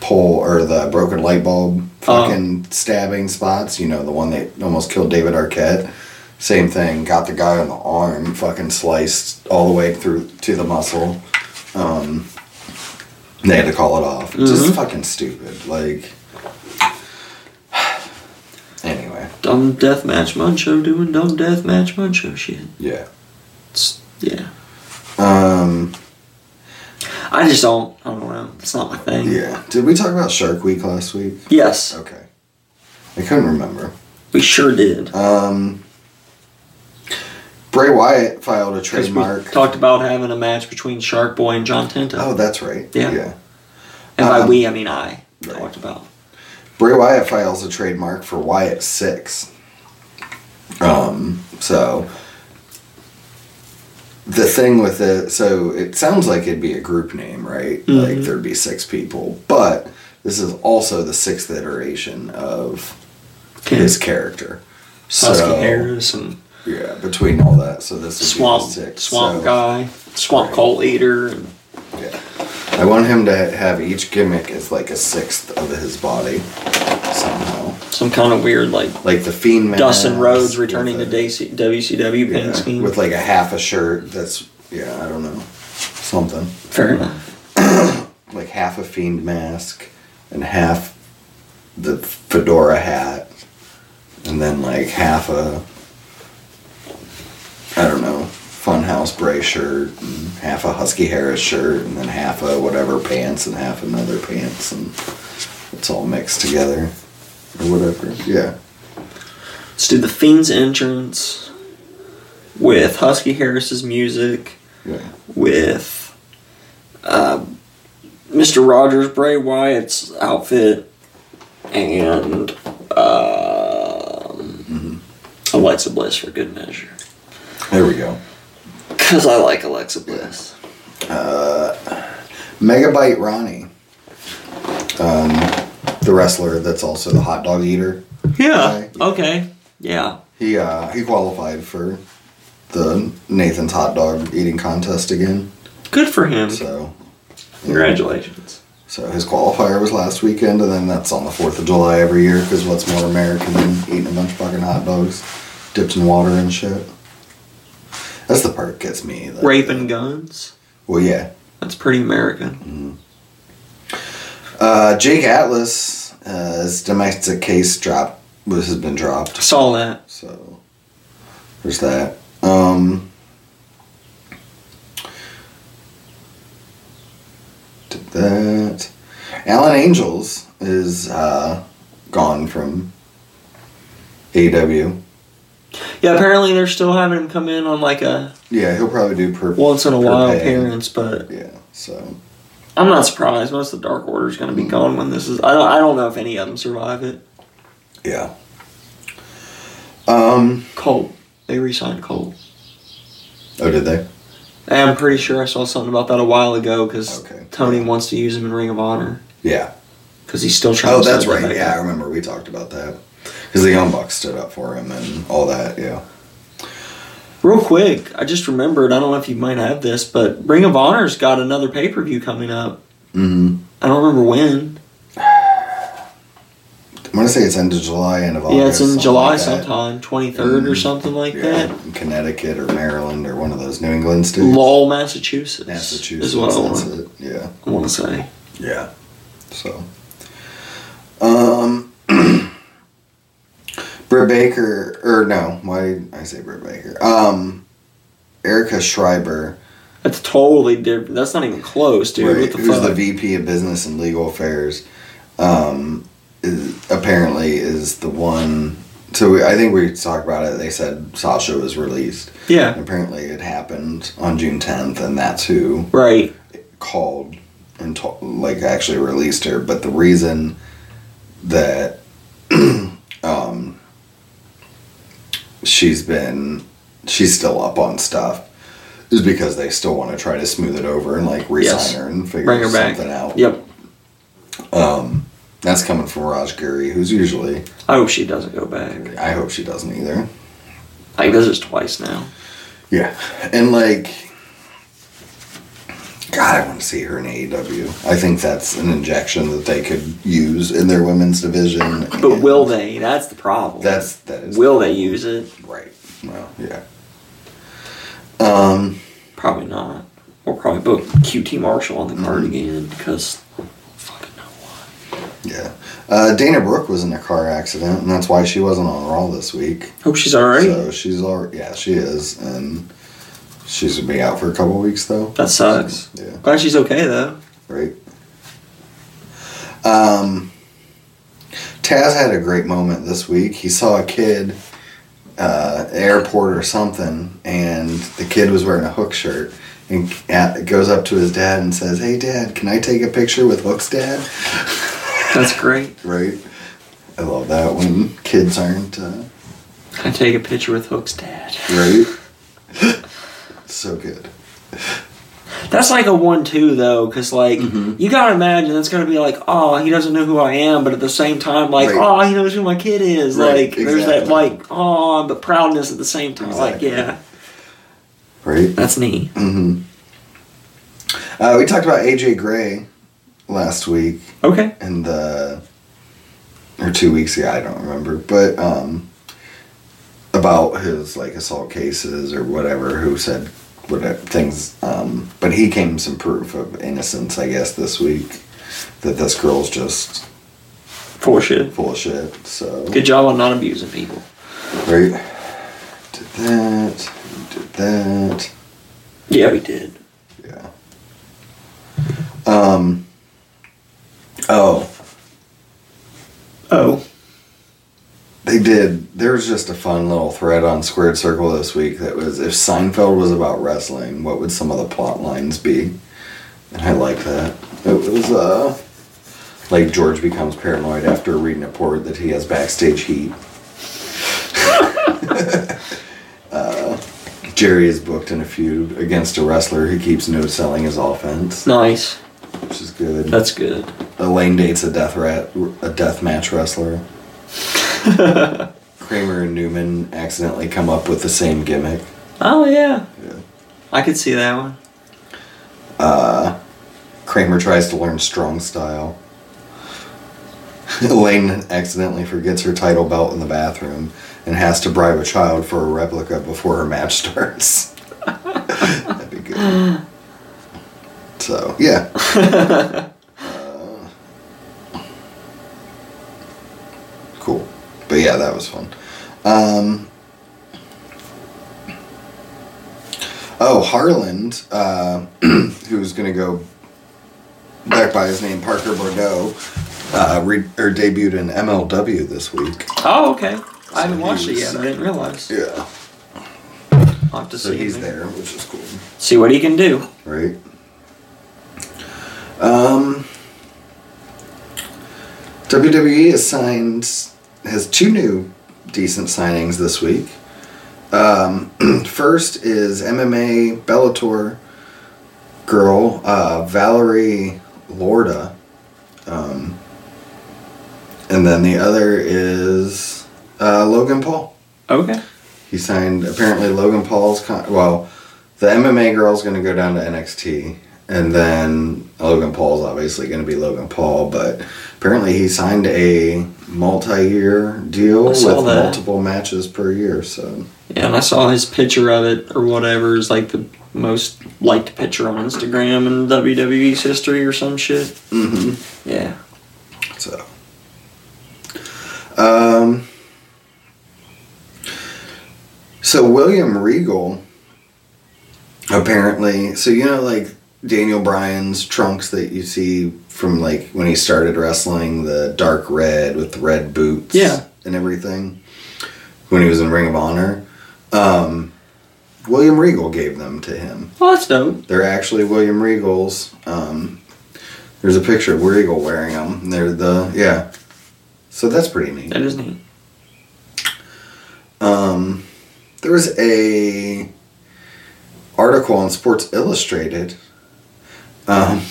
A: pole or the broken light bulb
B: Oh.
A: fucking stabbing spots. You know, the one that almost killed David Arquette. Same thing. Got the guy on the arm, fucking sliced all the way through to the muscle. Um, they had to call it off.
B: Mm-hmm.
A: Just fucking stupid. Like. [SIGHS] Anyway,
B: Dumb deathmatch muncho doing dumb deathmatch muncho shit.
A: yeah.
B: It's, yeah,
A: Um,
B: I just don't. I don't know. It's not my thing.
A: yeah. Did we talk about Shark Week last week?
B: Yes,
A: Okay. I couldn't remember.
B: we sure did.
A: Um, Bray Wyatt filed a
B: 'Cause
A: trademark.
B: We talked about having a match between Shark Boy and John Tenta.
A: oh, that's right.
B: Yeah.
A: yeah.
B: and by
A: um,
B: we I mean I.
A: right.
B: Talked about.
A: Bray Wyatt files a trademark for Wyatt Six. Um, so the thing with it, so it sounds like it'd be a group name, right?
B: Mm-hmm.
A: Like there'd be six people, but this is also the sixth iteration of his character.
B: Husky
A: So,
B: Harris and
A: yeah, between all that, so this is
B: Swamp
A: six.
B: Swamp
A: so-
B: Guy, Swamp Coal Eater. And,
A: Yeah. I want him to have each gimmick as like a sixth of his body somehow.
B: some kind of weird like
A: Like the Fiend mask
B: Dustin Rhodes
A: with
B: returning
A: a-
B: to DC, WCW
A: yeah,
B: pin scheme.
A: With like a half a shirt that's, yeah, I don't know. Something.
B: Fair enough.
A: Like half a Fiend mask and half the fedora hat. And then like half a, I don't know, Funhouse Bray shirt and half a Husky Harris shirt and then half a whatever pants and half another pants and it's all mixed together or whatever. Yeah.
B: Let's do the Fiend's entrance with Husky Harris's music,
A: Yeah.
B: with uh, Mr. Rogers, Bray Wyatt's outfit, and um Alexa Bliss for good measure.
A: There we go.
B: Because I like Alexa Bliss.
A: Megabyte Ronnie, um, the wrestler that's also the hot dog eater.
B: Yeah.
A: Right.
B: Okay. Yeah.
A: He uh, he qualified for the Nathan's hot dog eating contest again.
B: Good for him.
A: So
B: Congratulations.
A: so his qualifier was last weekend, and then that's on the Fourth of July every year because what's more American than eating a bunch of fucking hot dogs dipped in water and shit. That's the part that gets me. That,
B: Raping guns.
A: Well, yeah.
B: That's pretty American.
A: Uh, Jake Atlas, uh, his domestic case dropped. This has been dropped.
B: I saw that.
A: So there's that. Um, did that. Alan Angels is uh, gone from AW.
B: Yeah, apparently they're still having him come in on like a
A: Yeah, he'll probably do per
B: once in a
A: per
B: while
A: pay.
B: appearance, but
A: Yeah, so
B: I'm not surprised. Most of the Dark Order's going to be gone when this is. I don't, I don't know if any of them survive it.
A: yeah. Um.
B: Cole. They re signed Cole.
A: Oh, did they?
B: And I'm pretty sure I saw something about that a while ago because
A: Okay.
B: Tony wants to use him in Ring of Honor
A: Yeah.
B: because he's still trying
A: Oh,
B: to set
A: that's
B: that
A: right.
B: back
A: Yeah, I
B: up.
A: remember we talked about that because the Young Bucks stood up for him and all that. Yeah.
B: Real quick, I just remembered. I don't know if you might have this, but Ring of Honor's got another pay per view coming up.
A: Mm-hmm.
B: I don't remember when.
A: want to say it's end of July, end of August.
B: yeah, it's in
A: something
B: July
A: like that. Mm.
B: sometime, 23rd or something like
A: Yeah,
B: that.
A: in Connecticut or Maryland or one of those New England states.
B: Lowell, Massachusetts.
A: Massachusetts.
B: Is what I
A: that's
B: want,
A: it. Yeah.
B: I want to say.
A: Yeah. So, um, [CLEARS THROAT] Britt Baker, or no, why did I say Britt Baker? Um, Erica Schreiber,
B: That's totally different. That's not even close, dude.
A: right,
B: What the
A: who's
B: fuck?
A: the VP of Business and Legal Affairs, um, is, apparently is the one. So we, I think we talked about it. They said Sasha was released.
B: yeah.
A: Apparently, it happened on June 10th, and that's who
B: Right.
A: called and to- like actually released her, but the reason that [CLEARS THROAT] um, she's been she's still up on stuff is because they still want to try to smooth it over and like resign
B: Yes.
A: her and figure
B: Bring her back.
A: something out.
B: Yep.
A: Um, that's coming from Raj Giri, who's usually
B: I hope Oh, she doesn't go back.
A: I hope she doesn't either.
B: Like, this is twice now.
A: Yeah, and like, God, I want to see her in AEW. I think that's an injection that they could use in their women's division.
B: But will they? That's the problem.
A: That's that is
B: will they use it?
A: right? Well, yeah. Um,
B: Probably not. We'll probably book QT Marshall on the card
A: Mm-hmm.
B: again because I don't fucking know why.
A: yeah. Uh, Dana Brooke was in a car accident, and that's why she wasn't on Raw this week.
B: Hope she's all right.
A: So she's already yeah, she is, and she's gonna be out for a couple weeks though.
B: that sucks.
A: Yeah.
B: Glad she's okay though.
A: Right. Um, Taz had a great moment this week. He saw a kid uh, at the airport or something, and the kid was wearing a hook shirt. And at, goes up to his dad and says, "Hey, Dad, can I take a picture with Hook's dad?"
B: That's great.
A: Right. I love that when kids aren't uh,
B: I take a picture with Hook's dad.
A: right. [LAUGHS] so good.
B: That's like a one-two though, because like
A: Mm-hmm.
B: you gotta imagine that's gonna be like, oh, he doesn't know who I am, but at the same time, like,
A: Right.
B: oh, he knows who my kid is.
A: Right,
B: Like, there's that
A: exactly.
B: like, oh, but proudness at the same time. Like,
A: Exactly.
B: yeah,
A: Right.
B: that's neat.
A: hmm Uh, we talked about AJ Gray last week.
B: Okay.
A: and the or two weeks ago, I don't remember, but um about his like assault cases or whatever who said whatever things um but he came some proof of innocence I guess this week that this girl's just
B: Bullshit.
A: full of shit. So
B: Good job on not abusing people.
A: right did that did that
B: Yeah, we did.
A: Yeah. Um oh
B: Oh.
A: They did. There was just a fun little thread on Squared Circle this week that was if Seinfeld was about wrestling, what would some of the plot lines be? And I like that. It was uh like George becomes paranoid after reading a report that he has backstage heat. [LAUGHS] uh, Jerry is booked in a feud against a wrestler who keeps no selling his offense,
B: Nice.
A: which is good.
B: That's good.
A: Elaine dates a death rat, a death match wrestler. Kramer and Newman accidentally come up with the same gimmick.
B: Oh yeah.
A: Yeah.
B: I could see that one.
A: Uh, Kramer tries to learn strong style. [LAUGHS] Elaine accidentally forgets her title belt in the bathroom and has to bribe a child for a replica before her match [LAUGHS] starts. That'd be good. So yeah. Uh, cool, but yeah, that was fun. Um, oh, Harland, uh, [CLEARS THROAT] who's gonna go back by his name, Parker Bordeaux, uh, re- or debuted in MLW this week.
B: Oh okay. I haven't
A: he
B: watched it
A: was-
B: yet. I didn't realize.
A: Yeah,
B: I'll have to
A: so
B: see.
A: he's
B: him.
A: there, which is cool.
B: See what he can do.
A: right? Um, WWE E has signed has two new decent signings this week. Um, [CLEARS THROAT] first is MMA Bellator girl uh, Valerie Lorda, um, and then the other is uh, Logan Paul.
B: Okay.
A: He signed apparently Logan Paul's con- well, the MMA girl's going to go down to NXT and then Logan Paul's obviously going to be Logan Paul, but apparently he signed a multi-year deal
B: I
A: with
B: saw that.
A: multiple matches per year. So
B: Yeah, and I saw his picture of it or whatever is like the most liked picture on Instagram in WWE's history or some shit. Mm-hmm. Yeah.
A: So, um, so William Regal apparently, so you know, like Daniel Bryan's trunks that you see from like when he started wrestling, the dark red with the red boots,
B: Yeah.
A: and everything when he was in Ring of Honor. Um, William Regal gave them to him.
B: Well, that's dope.
A: They're actually William Regal's. Um, there's a picture of Regal wearing them. They're the yeah. So that's pretty neat.
B: That is neat.
A: Um, there was a article on Sports Illustrated um,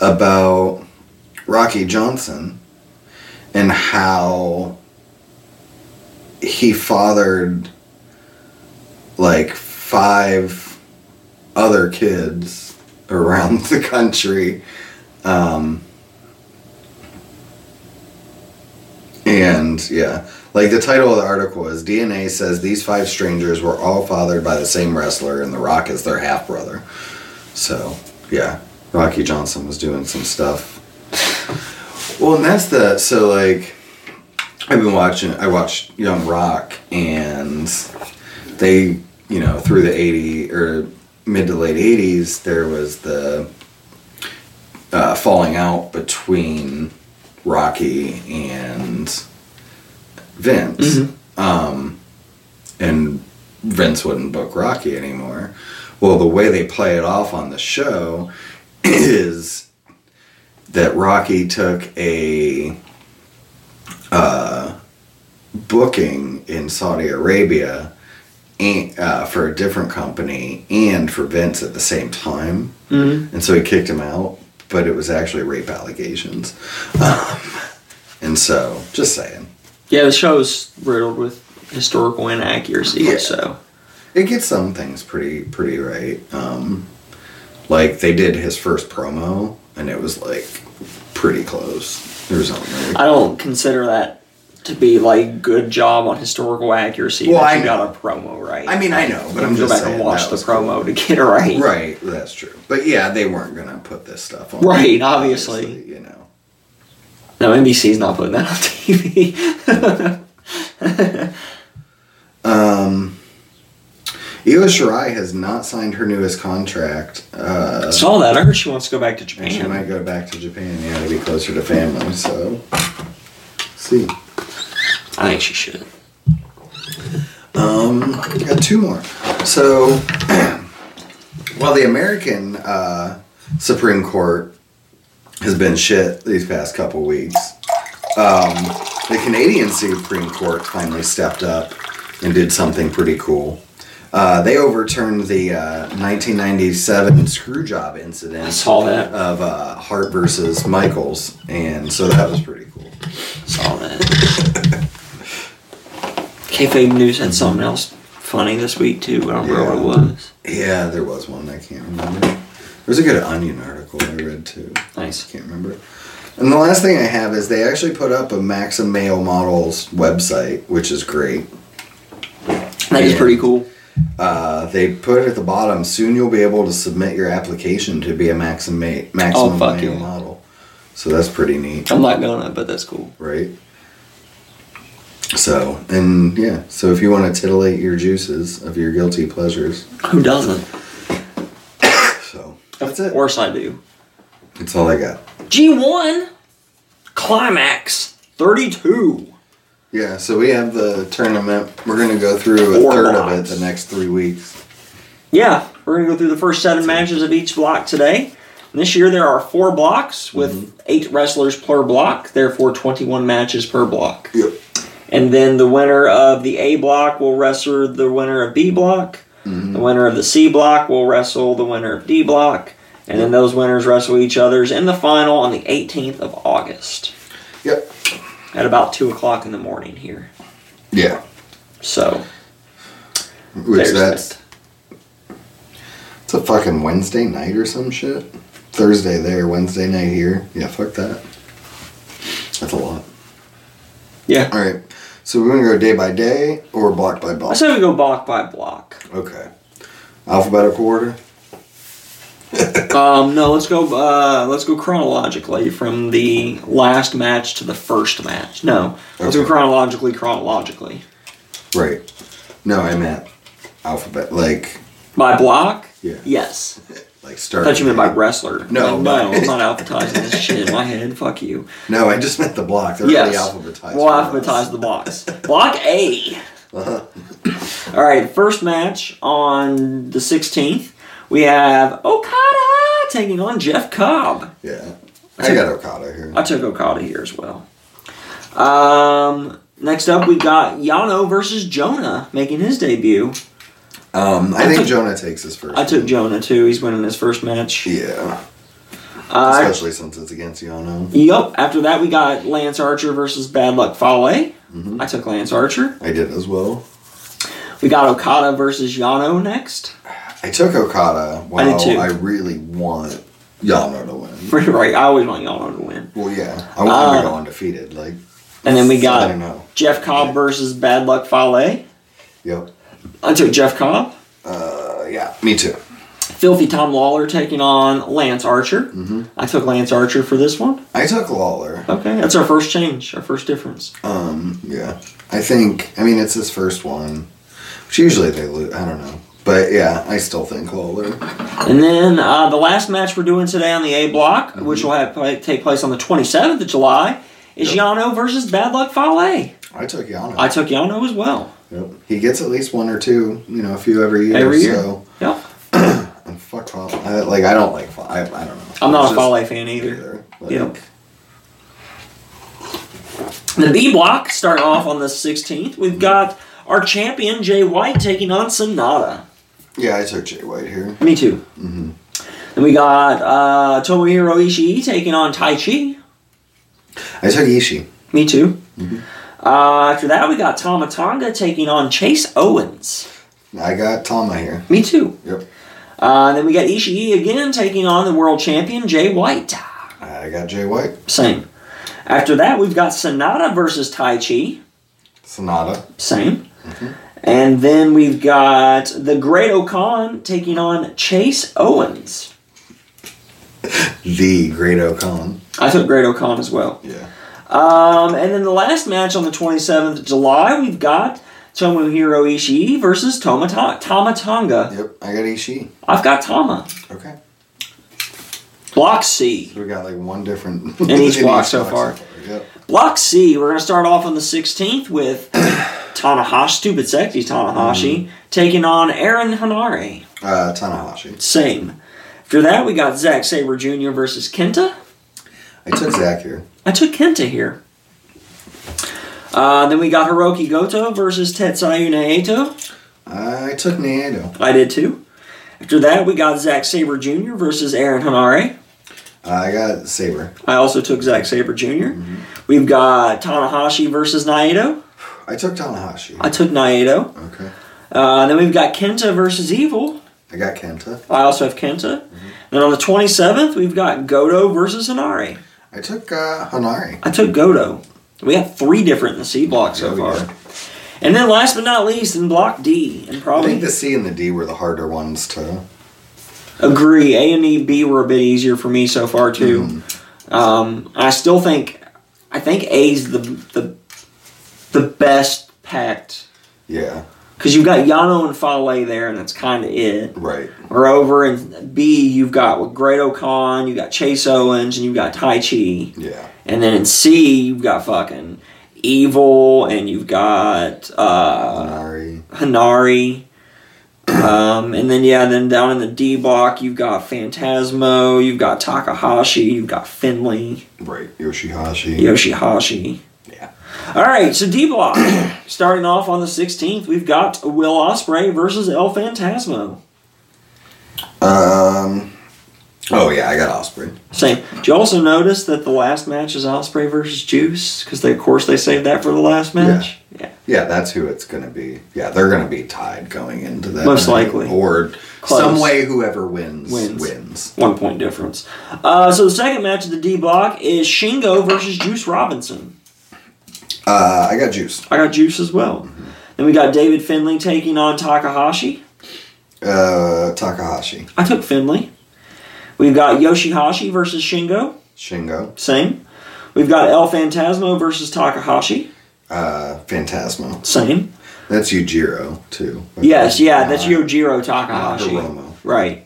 A: about Rocky Johnson and how he fathered like five other kids around [LAUGHS] the country. Um, and yeah, like the title of the article is DNA says these five strangers were all fathered by the same wrestler, and The Rock is their half brother. So yeah, Rocky Johnson was doing some stuff. Well, and that's the so like I've been watching. I watched Young Rock, and they you know through the eighty or mid to late eighties, there was the uh, falling out between Rocky and Vince. Um, and Vince wouldn't book Rocky anymore. Well, the way they play it off on the show is that Rocky took a uh, booking in Saudi Arabia and, uh, for a different company and for Vince at the same time.
B: Mhm.
A: And so he kicked him out, but it was actually rape allegations. Um, and so, just saying.
B: Yeah, the show's riddled with historical inaccuracy.
A: Yeah.
B: So
A: it gets some things pretty pretty right. Um, like they did his first promo, and it was like pretty close. There was something. Really
B: I don't consider that to be like good job on historical accuracy.
A: Well,
B: that
A: I
B: you
A: know.
B: got a promo right.
A: I mean, I know, but
B: You
A: I'm
B: go
A: just
B: back
A: saying
B: and watch
A: that
B: the
A: was-
B: promo to get it right.
A: Right, that's true. But yeah, they weren't gonna put this stuff on.
B: Right, obviously.
A: you know.
B: No, NBC's not putting that on [LAUGHS]
A: Uh,
B: TV.
A: Um, Io Shirai has not signed her newest contract. Uh,
B: Saw that. I heard she wants to go back to Japan.
A: and she might go back to Japan. Yeah, to be closer to family. So, see.
B: I think she should.
A: Um, we got two more. So, [CLEARS THROAT] while the American uh, Supreme Court has been shit these past couple weeks, um, the Canadian Supreme Court finally stepped up and did something pretty cool. Uh, they overturned the uh, 1997 Screwjob incident
B: I saw that.
A: of uh, Hart versus Michaels, and so that was pretty cool.
B: Saw that. Kayfabe News had something else funny this week too. I don't remember what it was.
A: Yeah, there was one. I can't remember. There was a good Onion article I read too.
B: Nice.
A: Can't remember. And the last thing I have is they actually put up a Maxim Male Models website, which is great.
B: That is
A: Yeah.
B: pretty cool.
A: Uh, they put at the bottom, soon you'll be able to submit your application to be a Maxim Ma- Maximum
B: Oh, fuck
A: Male
B: yeah.
A: Model. So that's pretty neat,
B: I'm not gonna, but that's cool.
A: right? So, and yeah, so if you want to titillate your juices of your guilty pleasures,
B: Who doesn't?
A: so that's it.
B: Of course I do.
A: That's all I got.
B: G1 Climax 32.
A: Yeah, so we have the tournament. We're gonna go through a
B: Four
A: third of it
B: blocks.
A: the next three weeks.
B: Yeah, we're gonna go through the first seven matches of each block today. And this year there are four blocks with
A: Mm-hmm.
B: eight wrestlers per block, therefore 21 matches per block.
A: Yep.
B: And then the winner of the A block will wrestle the winner of B block.
A: Mm-hmm.
B: The winner of the C block will wrestle the winner of D block. And then those winners wrestle each other's in the final on the 18th of August
A: Yep.
B: at about 2 o'clock in the morning here.
A: Yeah.
B: So,
A: Which
B: there's
A: that's
B: that.
A: It's a fucking Wednesday night or some shit. Thursday there, Wednesday night here. Yeah, fuck that. That's a lot.
B: Yeah.
A: All right. So we're gonna go day by day or block by
B: I
A: block.
B: say we go block by block.
A: Okay. Alphabetical order.
B: Um, no, let's go. Uh, let's go chronologically from the last match to the first match. No, let's go
A: Okay.
B: chronologically. Chronologically
A: Right. No, I meant alphabet. Like,
B: by block.
A: Yeah.
B: Yes.
A: like
B: I
A: start.
B: thought you meant by wrestler.
A: No,
B: Like,
A: by-
B: no, I'm not alphabetizing this shit in my head. Fuck you.
A: No, I just meant the block. They're
B: Yes.
A: already alphabetized.
B: We'll
A: for us. Uh-huh.
B: alphabetize the blocks. Block A. All right, first match on the 16th. We have Okada taking on Jeff Cobb.
A: Yeah. I got Okada here.
B: I took Okada here as well. Um, next up, we got Yano versus Jonah making his debut.
A: Um, I think
B: took-
A: Jonah takes his first.
B: I took
A: one.
B: Jonah too. He's winning his first match.
A: Yeah.
B: Uh,
A: Especially since it's against Yano.
B: yep. After that, we got Lance Archer versus Bad Luck Fale.
A: Mm-hmm.
B: I took Lance Archer.
A: I did as well.
B: We got Okada versus Yano next. [LAUGHS]
A: I took Okada while I,
B: did too.
A: really want Yano to win.
B: Right, right. I always want Yano to win.
A: Well, yeah. I want him to
B: Uh,
A: go undefeated. Like,
B: And then we
A: I don't
B: got
A: know.
B: Jeff Cobb versus Bad Luck Fale.
A: Yep.
B: I took Jeff Cobb.
A: Uh, yeah. Me too.
B: Filthy Tom Lawler taking on Lance Archer.
A: Mm-hmm.
B: I took Lance Archer for this one.
A: I took Lawler.
B: Okay, that's our first change, our first difference.
A: Um, yeah. I think, I mean, it's his first one. Which usually they lose. I don't know. But yeah, I still think Lawler.
B: And then uh, the last match we're doing today on the A block, which will
A: Mm-hmm.
B: have play, take place on the 27th of July, is Yano versus Bad Luck Fale.
A: I took Yano.
B: I took Yano as well.
A: Yep. He gets at least one or two, you know, a few every year.
B: Every year.
A: So,
B: Yep.
A: and fuck Fale. I, like, I don't like Fale. I, I don't know.
B: I'm
A: It's
B: not a
A: just-
B: Fale fan either.
A: either. Like,
B: Yep. The B block starting off on the 16th.
A: Mm-hmm.
B: We've got our champion Jay White taking on Sonata.
A: Yeah, I took Jay White here.
B: Me too.
A: Mm-hmm.
B: And we got uh, Tomohiro Ishii taking on Tai Chi.
A: I took Ishii.
B: Me too.
A: Mm-hmm.
B: Uh, after that, we got Tama Tonga taking on Chase Owens.
A: I got Tama here.
B: Me too.
A: Yep.
B: Uh, then we got Ishii again taking on the world champion Jay White.
A: I got Jay White.
B: Same. After that, we've got Sonata versus Tai Chi.
A: Sonata.
B: Same. And then we've got the Great Okan taking on Chase Owens.
A: The Great O'Con.
B: I took Great Okan as well.
A: Yeah.
B: Um, and then the last match on the 27th of July, we've got Tomohiro Ishii versus Toma Ta- Tama Tonga.
A: Yep. I got Ishii.
B: I've got Tama.
A: Okay.
B: Block C.
A: So we got like one different [LAUGHS]
B: In each block so far.
A: Yep.
B: Block C, we're going to start off on the 16th with Tanahashi, stupid sexy Tanahashi, taking on Aaron Hanare.
A: Uh, Tanahashi.
B: Same. After that, we got Zack Sabre Jr. versus Kenta.
A: I took Zach here.
B: I took Kenta here. Uh, then we got Hiroki Goto versus Tetsuya Naito.
A: I took Nieto.
B: I did too. After that, we got Zack Sabre Jr. versus Aaron Hanare.
A: Uh, I got Saber.
B: I also took Zack Sabre junior We've got Tanahashi versus Naito.
A: I took Tanahashi.
B: I took Naito.
A: okay.
B: Uh, then we've got Kenta versus Evil.
A: I got Kenta.
B: I also have Kenta. Then on the 27th, we've got Goto versus Hanare.
A: I took uh, Hanari.
B: I took Goto. We have three different in the C block so
A: Yeah, we
B: far.
A: did.
B: And then last but not least, in block D, and
A: I
B: probably
A: think the C and the D were the harder ones to.
B: agree, A and E B were a bit easier for me so far too.
A: Mm-hmm.
B: Um, I still think, I think A's the the the best packed
A: Yeah.
B: because you've got Yano and Fale there, and that's kind of it.
A: Right.
B: are over, and B, you've got with Great O'Con, you've got Chase Owens, and you've got Tai Chi.
A: Yeah.
B: And then in C, you've got fucking Evil, and you've got uh,
A: Hanari.
B: Hanari. Um, and then, yeah, then down in the D block, you've got Phantasmo, you've got Takahashi, you've got Finley,
A: Right. Yoshihashi.
B: Yoshihashi.
A: Yeah.
B: All right, so D block. [COUGHS] Starting off on the 16th, we've got Will Osprey versus El Phantasmo.
A: Um. Oh yeah, I got Osprey.
B: Same. Do you also notice that the last match is Osprey versus Juice? Because they, of course, they saved that for the last match. Yeah.
A: Yeah, that's who it's gonna be. Yeah, they're gonna be tied going into that.
B: Most
A: night.
B: likely.
A: Or
B: Close.
A: Some way, whoever wins
B: Wins.
A: wins.
B: One point difference. Uh, so the second match of the D block is Shingo versus Juice Robinson.
A: Uh, I got juice.
B: I got Juice as well. Then we got David Finley taking on Takahashi.
A: Uh, Takahashi,
B: I took Finley. We've got Yoshihashi versus Shingo.
A: Shingo,
B: Same. We've got El Fantasmo versus Takahashi.
A: uh, Phantasmo.
B: Same.
A: That's Yujiro too.
B: Yes, yeah, that's
A: Uh,
B: Yojiro Takahashi.
A: Hiromo.
B: Right.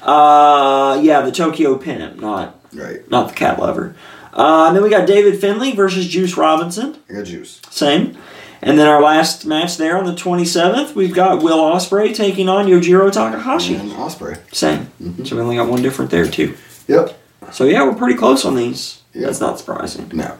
B: Uh, yeah, the Tokyo Pinup, not
A: Right.
B: not the cat lover. Uh, and then we got David Finley versus Juice Robinson.
A: I got juice.
B: Same. And then our last match there on the 27th, we've got Will Osprey taking on Yojiro Takahashi.
A: And Osprey.
B: Same. So we only got one different there, too.
A: Yep.
B: So yeah, we're pretty close on these.
A: Yeah.
B: That's not surprising.
A: No.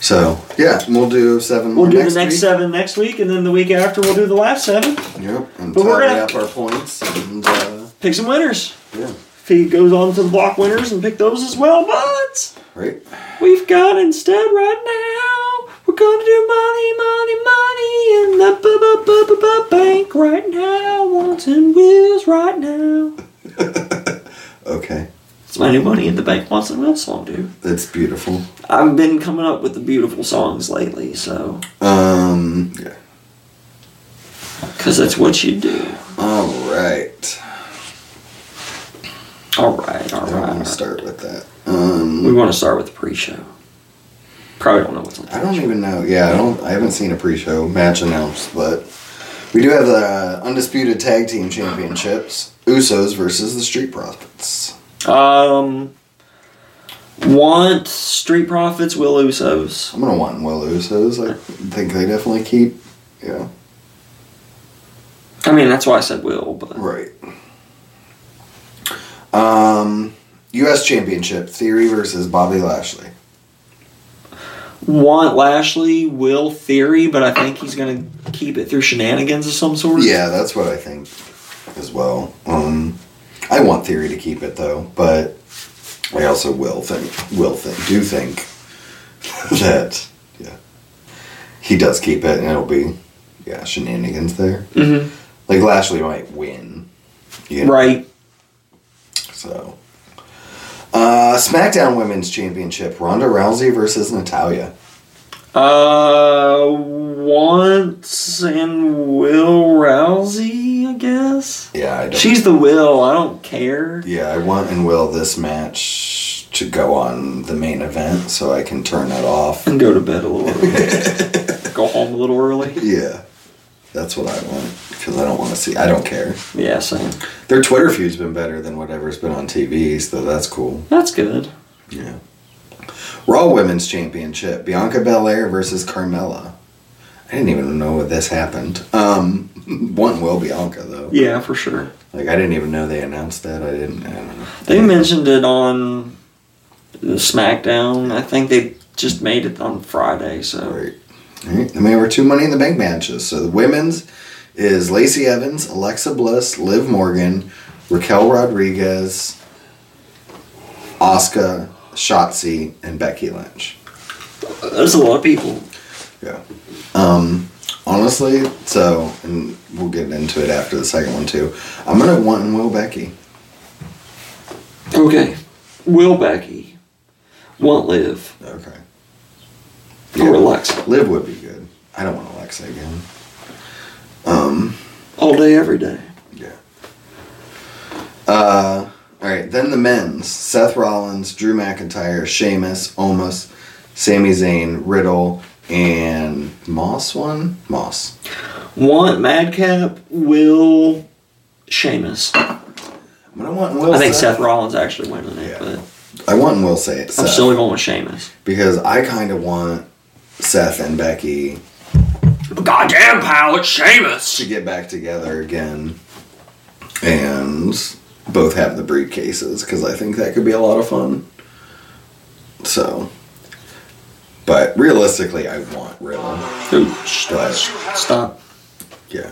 A: So yeah, we'll do seven.
B: We'll
A: more
B: do the next
A: week.
B: seven next week, and then the week after we'll do the last seven.
A: Yep. And
B: But
A: tally
B: we're gonna-
A: up our points and uh,
B: Pick some winners.
A: yeah,
B: If he goes on to the block winners and pick those as well, but
A: right.
B: we've got instead right now. We're gonna do money, money, money in the bu- bu- bu- bu- bu- bank right now. Wants and wills right now.
A: Okay,
B: It's my new money in the bank wants and wills song, dude.
A: that's beautiful.
B: I've been coming up with the beautiful songs lately, so
A: Um. Yeah.
B: because that's what you do.
A: All right.
B: All right, all
A: I don't
B: right.
A: want to start with that. Um.
B: We want to start with the pre-show. Probably don't know what's on.
A: I don't even know. Yeah, I don't. I haven't seen a pre-show match announced, but we do have the undisputed tag team championships: Usos versus the Street Profits.
B: Um, want Street Profits, Will Usos.
A: I'm gonna want Will Usos. I think they definitely keep. Yeah.
B: I mean, that's why I said Will, but
A: Right. Um, U.S. Championship: Theory versus Bobby Lashley.
B: want Lashley, Will Theory, but I think he's gonna keep it through shenanigans of some sort.
A: Yeah, that's what I think as well. Um, I want Theory to keep it though, but I also will think will think do think [LAUGHS] that yeah he does keep it, and it'll be yeah shenanigans there.
B: hmm
A: Like Lashley might win, you know,
B: Right.
A: So. Uh, SmackDown Women's Championship: Ronda Rousey versus Natalya.
B: Uh, wants and Will Rousey, I guess.
A: Yeah, I don't.
B: She's the Will. I don't care.
A: Yeah, I want and will this match to go on the main event so I can turn it off.
B: And go to bed a little early.
A: [LAUGHS]
B: go home a little early.
A: Yeah, that's what I want because I don't want to see. I don't care.
B: Yeah, same.
A: Their Twitter feud's been better than whatever's been on TV, so that's cool.
B: That's good.
A: Yeah. Raw Women's Championship: Bianca Belair versus Carmella. I didn't even know this happened. Um, [LAUGHS] one will Bianca though.
B: Yeah, for sure.
A: Like I didn't even know they announced that. I didn't. I don't know.
B: They mentioned it on the SmackDown. I think they just made it on Friday, so
A: Right. All right. Then we have our two Money in the Bank matches. So the women's is Lacey Evans, Alexa Bliss, Liv Morgan, Raquel Rodriguez, Oscar, Shotzi, and Becky Lynch.
B: that's a lot of people.
A: Yeah. Um, honestly, so and we'll get into it after the second one too. I'm gonna want and will Becky.
B: Okay. Will Becky won't live
A: Okay.
B: or Alexa
A: Liv would be good. I don't want Alexa again. Um.
B: all day, every day.
A: Yeah. Uh, all right. Then the men's: Seth Rollins, Drew McIntyre, Sheamus, Omos, Sami Zayn, Riddle, and Moss. One Moss.
B: Want Madcap, Will, Sheamus. I
A: I'm gonna want Will.
B: think
A: Seth-
B: Seth Rollins actually winning it,
A: Yeah.
B: but
A: I want Will say it. Seth,
B: I'm still going with Sheamus.
A: because I kind of want Seth and Becky
B: Goddamn, pal, it's Sheamus.
A: to get back together again, and both have the briefcases because I think that could be a lot of fun. So, but realistically, I want Riddle. But
B: Stop.
A: yeah,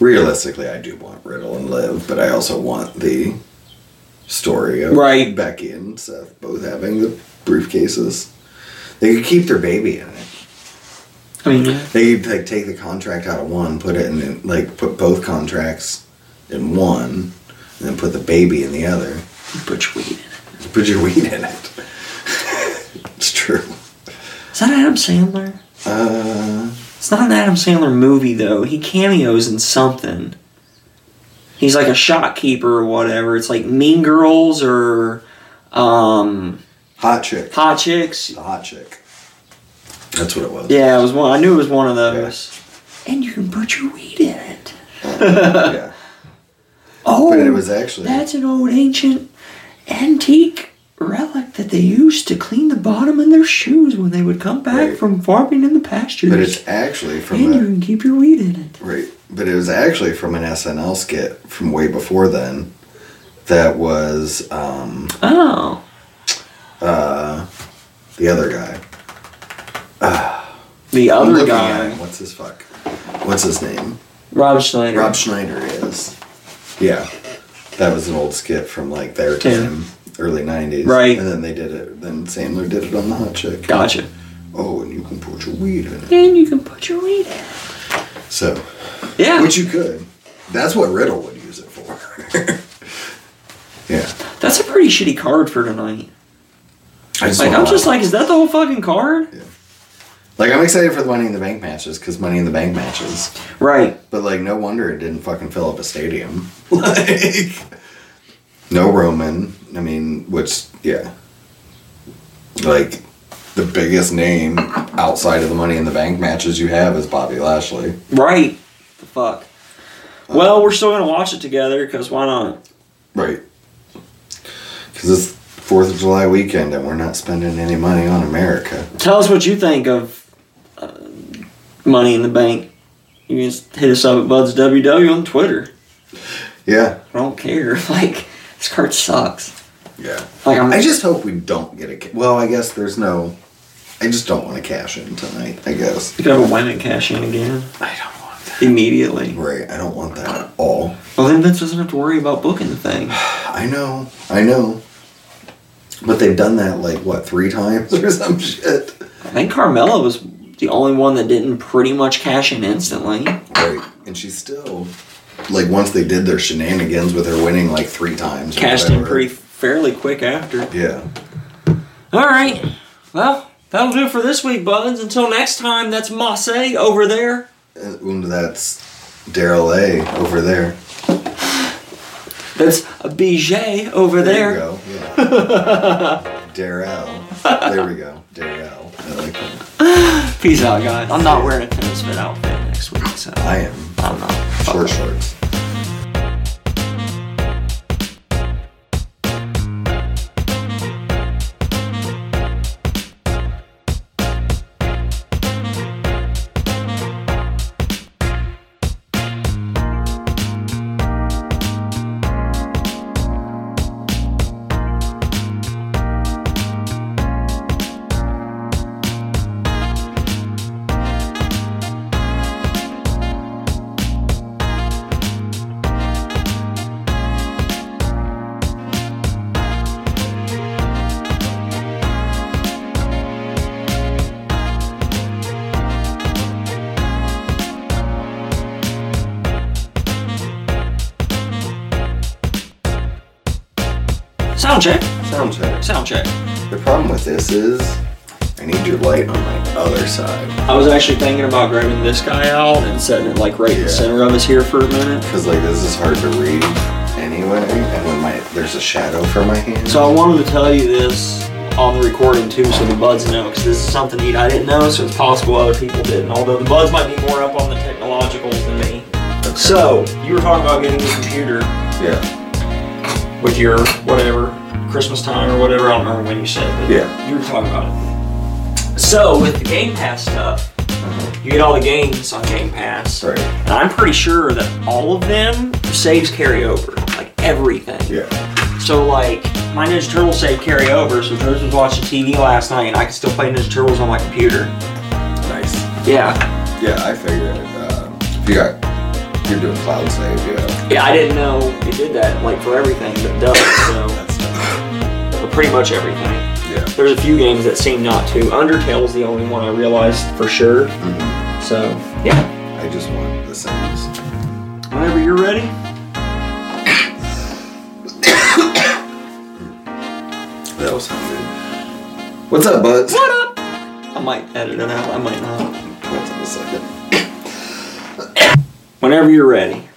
A: realistically, I do want Riddle and Liv, but I also want the story of
B: Right.
A: Becky and Seth both having the briefcases. They could keep their baby in it.
B: I mean,
A: They could like take the contract out of one, put it in like put both contracts in one, and then put the baby in the other.
B: Put your weed in it.
A: Put your weed in it. [LAUGHS] it's true.
B: Is that Adam Sandler?
A: Uh,
B: It's not an Adam Sandler movie though. He cameos in something. He's like a shopkeeper or whatever. It's like Mean Girls or um,
A: hot chick.
B: Hot Chicks.
A: The hot chick. That's what it was.
B: Yeah, it was one. I knew it was one of those. And you can put your weed in it.
A: yeah.
B: Oh,
A: But it was actually.
B: that's an old ancient antique relic that they used to clean the bottom of their shoes when they would come back
A: Right.
B: from farming in the pastures.
A: But it's actually from
B: and you
A: a,
B: can keep your weed in it.
A: right. But it was actually from an SNL skit from way before then. That was um,
B: Oh.
A: the other guy.
B: The
A: I'm
B: other
A: looking at
B: guy,
A: him. What's his fuck? What's his name?
B: Rob Schneider.
A: Rob Schneider is. Yeah. That was an old skit from like their
B: Yeah.
A: time, early 90s.
B: Right.
A: And then they did it, then Sandler did it on The Hot Chick.
B: Gotcha.
A: Oh, and you can put your weed in it.
B: And you can put your weed in.
A: So,
B: Yeah.
A: which you could. That's what Riddle would use it for. [LAUGHS] yeah.
B: That's a pretty shitty card for tonight.
A: I just
B: Like
A: don't
B: I'm
A: know.
B: just like, is that the whole fucking card?
A: Like, I'm excited for the Money in the Bank matches because Money in the Bank matches.
B: Right.
A: But, like, no wonder it didn't fucking fill up a stadium. [LAUGHS] like, no Roman. I mean, which, yeah. Like, the biggest name outside of the Money in the Bank matches you have is Bobby Lashley.
B: Right. The fuck. Well, we're still gonna watch it together because why not?
A: Right. Because it's 4th of July weekend and we're not spending any money on America.
B: Tell us what you think of uh, Money in the Bank. You can just hit us up at Buds WW on Twitter.
A: Yeah.
B: I don't care. [LAUGHS] Like this card sucks.
A: Yeah.
B: Like I'm.
A: I just hope we don't get a. Ca- well, I guess there's no. I just don't want to cash in tonight. I guess.
B: you could have a women cash in again
A: I don't want that.
B: immediately.
A: Right. I don't want that at all.
B: Well, then Vince doesn't have to worry about booking the thing.
A: I know. I know. But they've done that like what three times or [LAUGHS] some shit.
B: I think Carmella was the only one that didn't pretty much cash in instantly.
A: Right. And she's still like once they did their shenanigans with her winning like three times. or
B: Cashed in
A: whatever.
B: pretty fairly quick after.
A: Yeah.
B: All right. Well, that'll do it for this week, buds. Until next time, that's Massey over there.
A: And Uh, that's Daryl A over there.
B: That's a BJ over
A: There you go.
B: there.
A: Yeah.
B: [LAUGHS]
A: Darrell. There we go. Darrell. I like that.
B: Peace out, guys. I'm not wearing a tennis fit outfit next week, so
A: I am.
B: I'm not. Fuck
A: Short shorts.
B: Sound check.
A: Sound check.
B: Sound check.
A: The problem with this is I need your light on my other side.
B: I was actually thinking about grabbing this guy out and setting it like right in
A: Yeah.
B: the center of us here for a minute.
A: Because like this is hard to read anyway. And when my there's a shadow for my hand.
B: So I wanted to tell you this on the recording too, so the buds know, because this is something neat I didn't know, so it's possible other people didn't. Although the buds might be more up on the technologicals than me.
A: Okay.
B: So you were talking about getting a computer
A: Yeah.
B: with your whatever Christmas time or whatever. I don't remember when you said, but
A: Yeah.
B: you were talking about it. So with the Game Pass stuff, you get all the games on Game Pass,
A: Right.
B: and I'm pretty sure that all of them saves carryover, like everything.
A: Yeah.
B: So like my Ninja Turtle save carry over, so George was watching TV last night and I could still play Ninja Turtles on my computer.
A: Nice.
B: Yeah.
A: Yeah, I figured uh, if you got you're doing cloud save, yeah.
B: Yeah, I didn't know it did that like for everything, but it does,
A: That's
B: [LAUGHS]
A: tough.
B: so for pretty much everything.
A: Yeah.
B: There's a few games that seem not to. Undertale's the only one I realized for sure.
A: Mhm.
B: So yeah.
A: I just want the sounds.
B: Whenever you're ready.
A: What's up, Buzz?
B: What up? I might edit it out. I might not.
A: Hold on a second.
B: Whenever you're ready.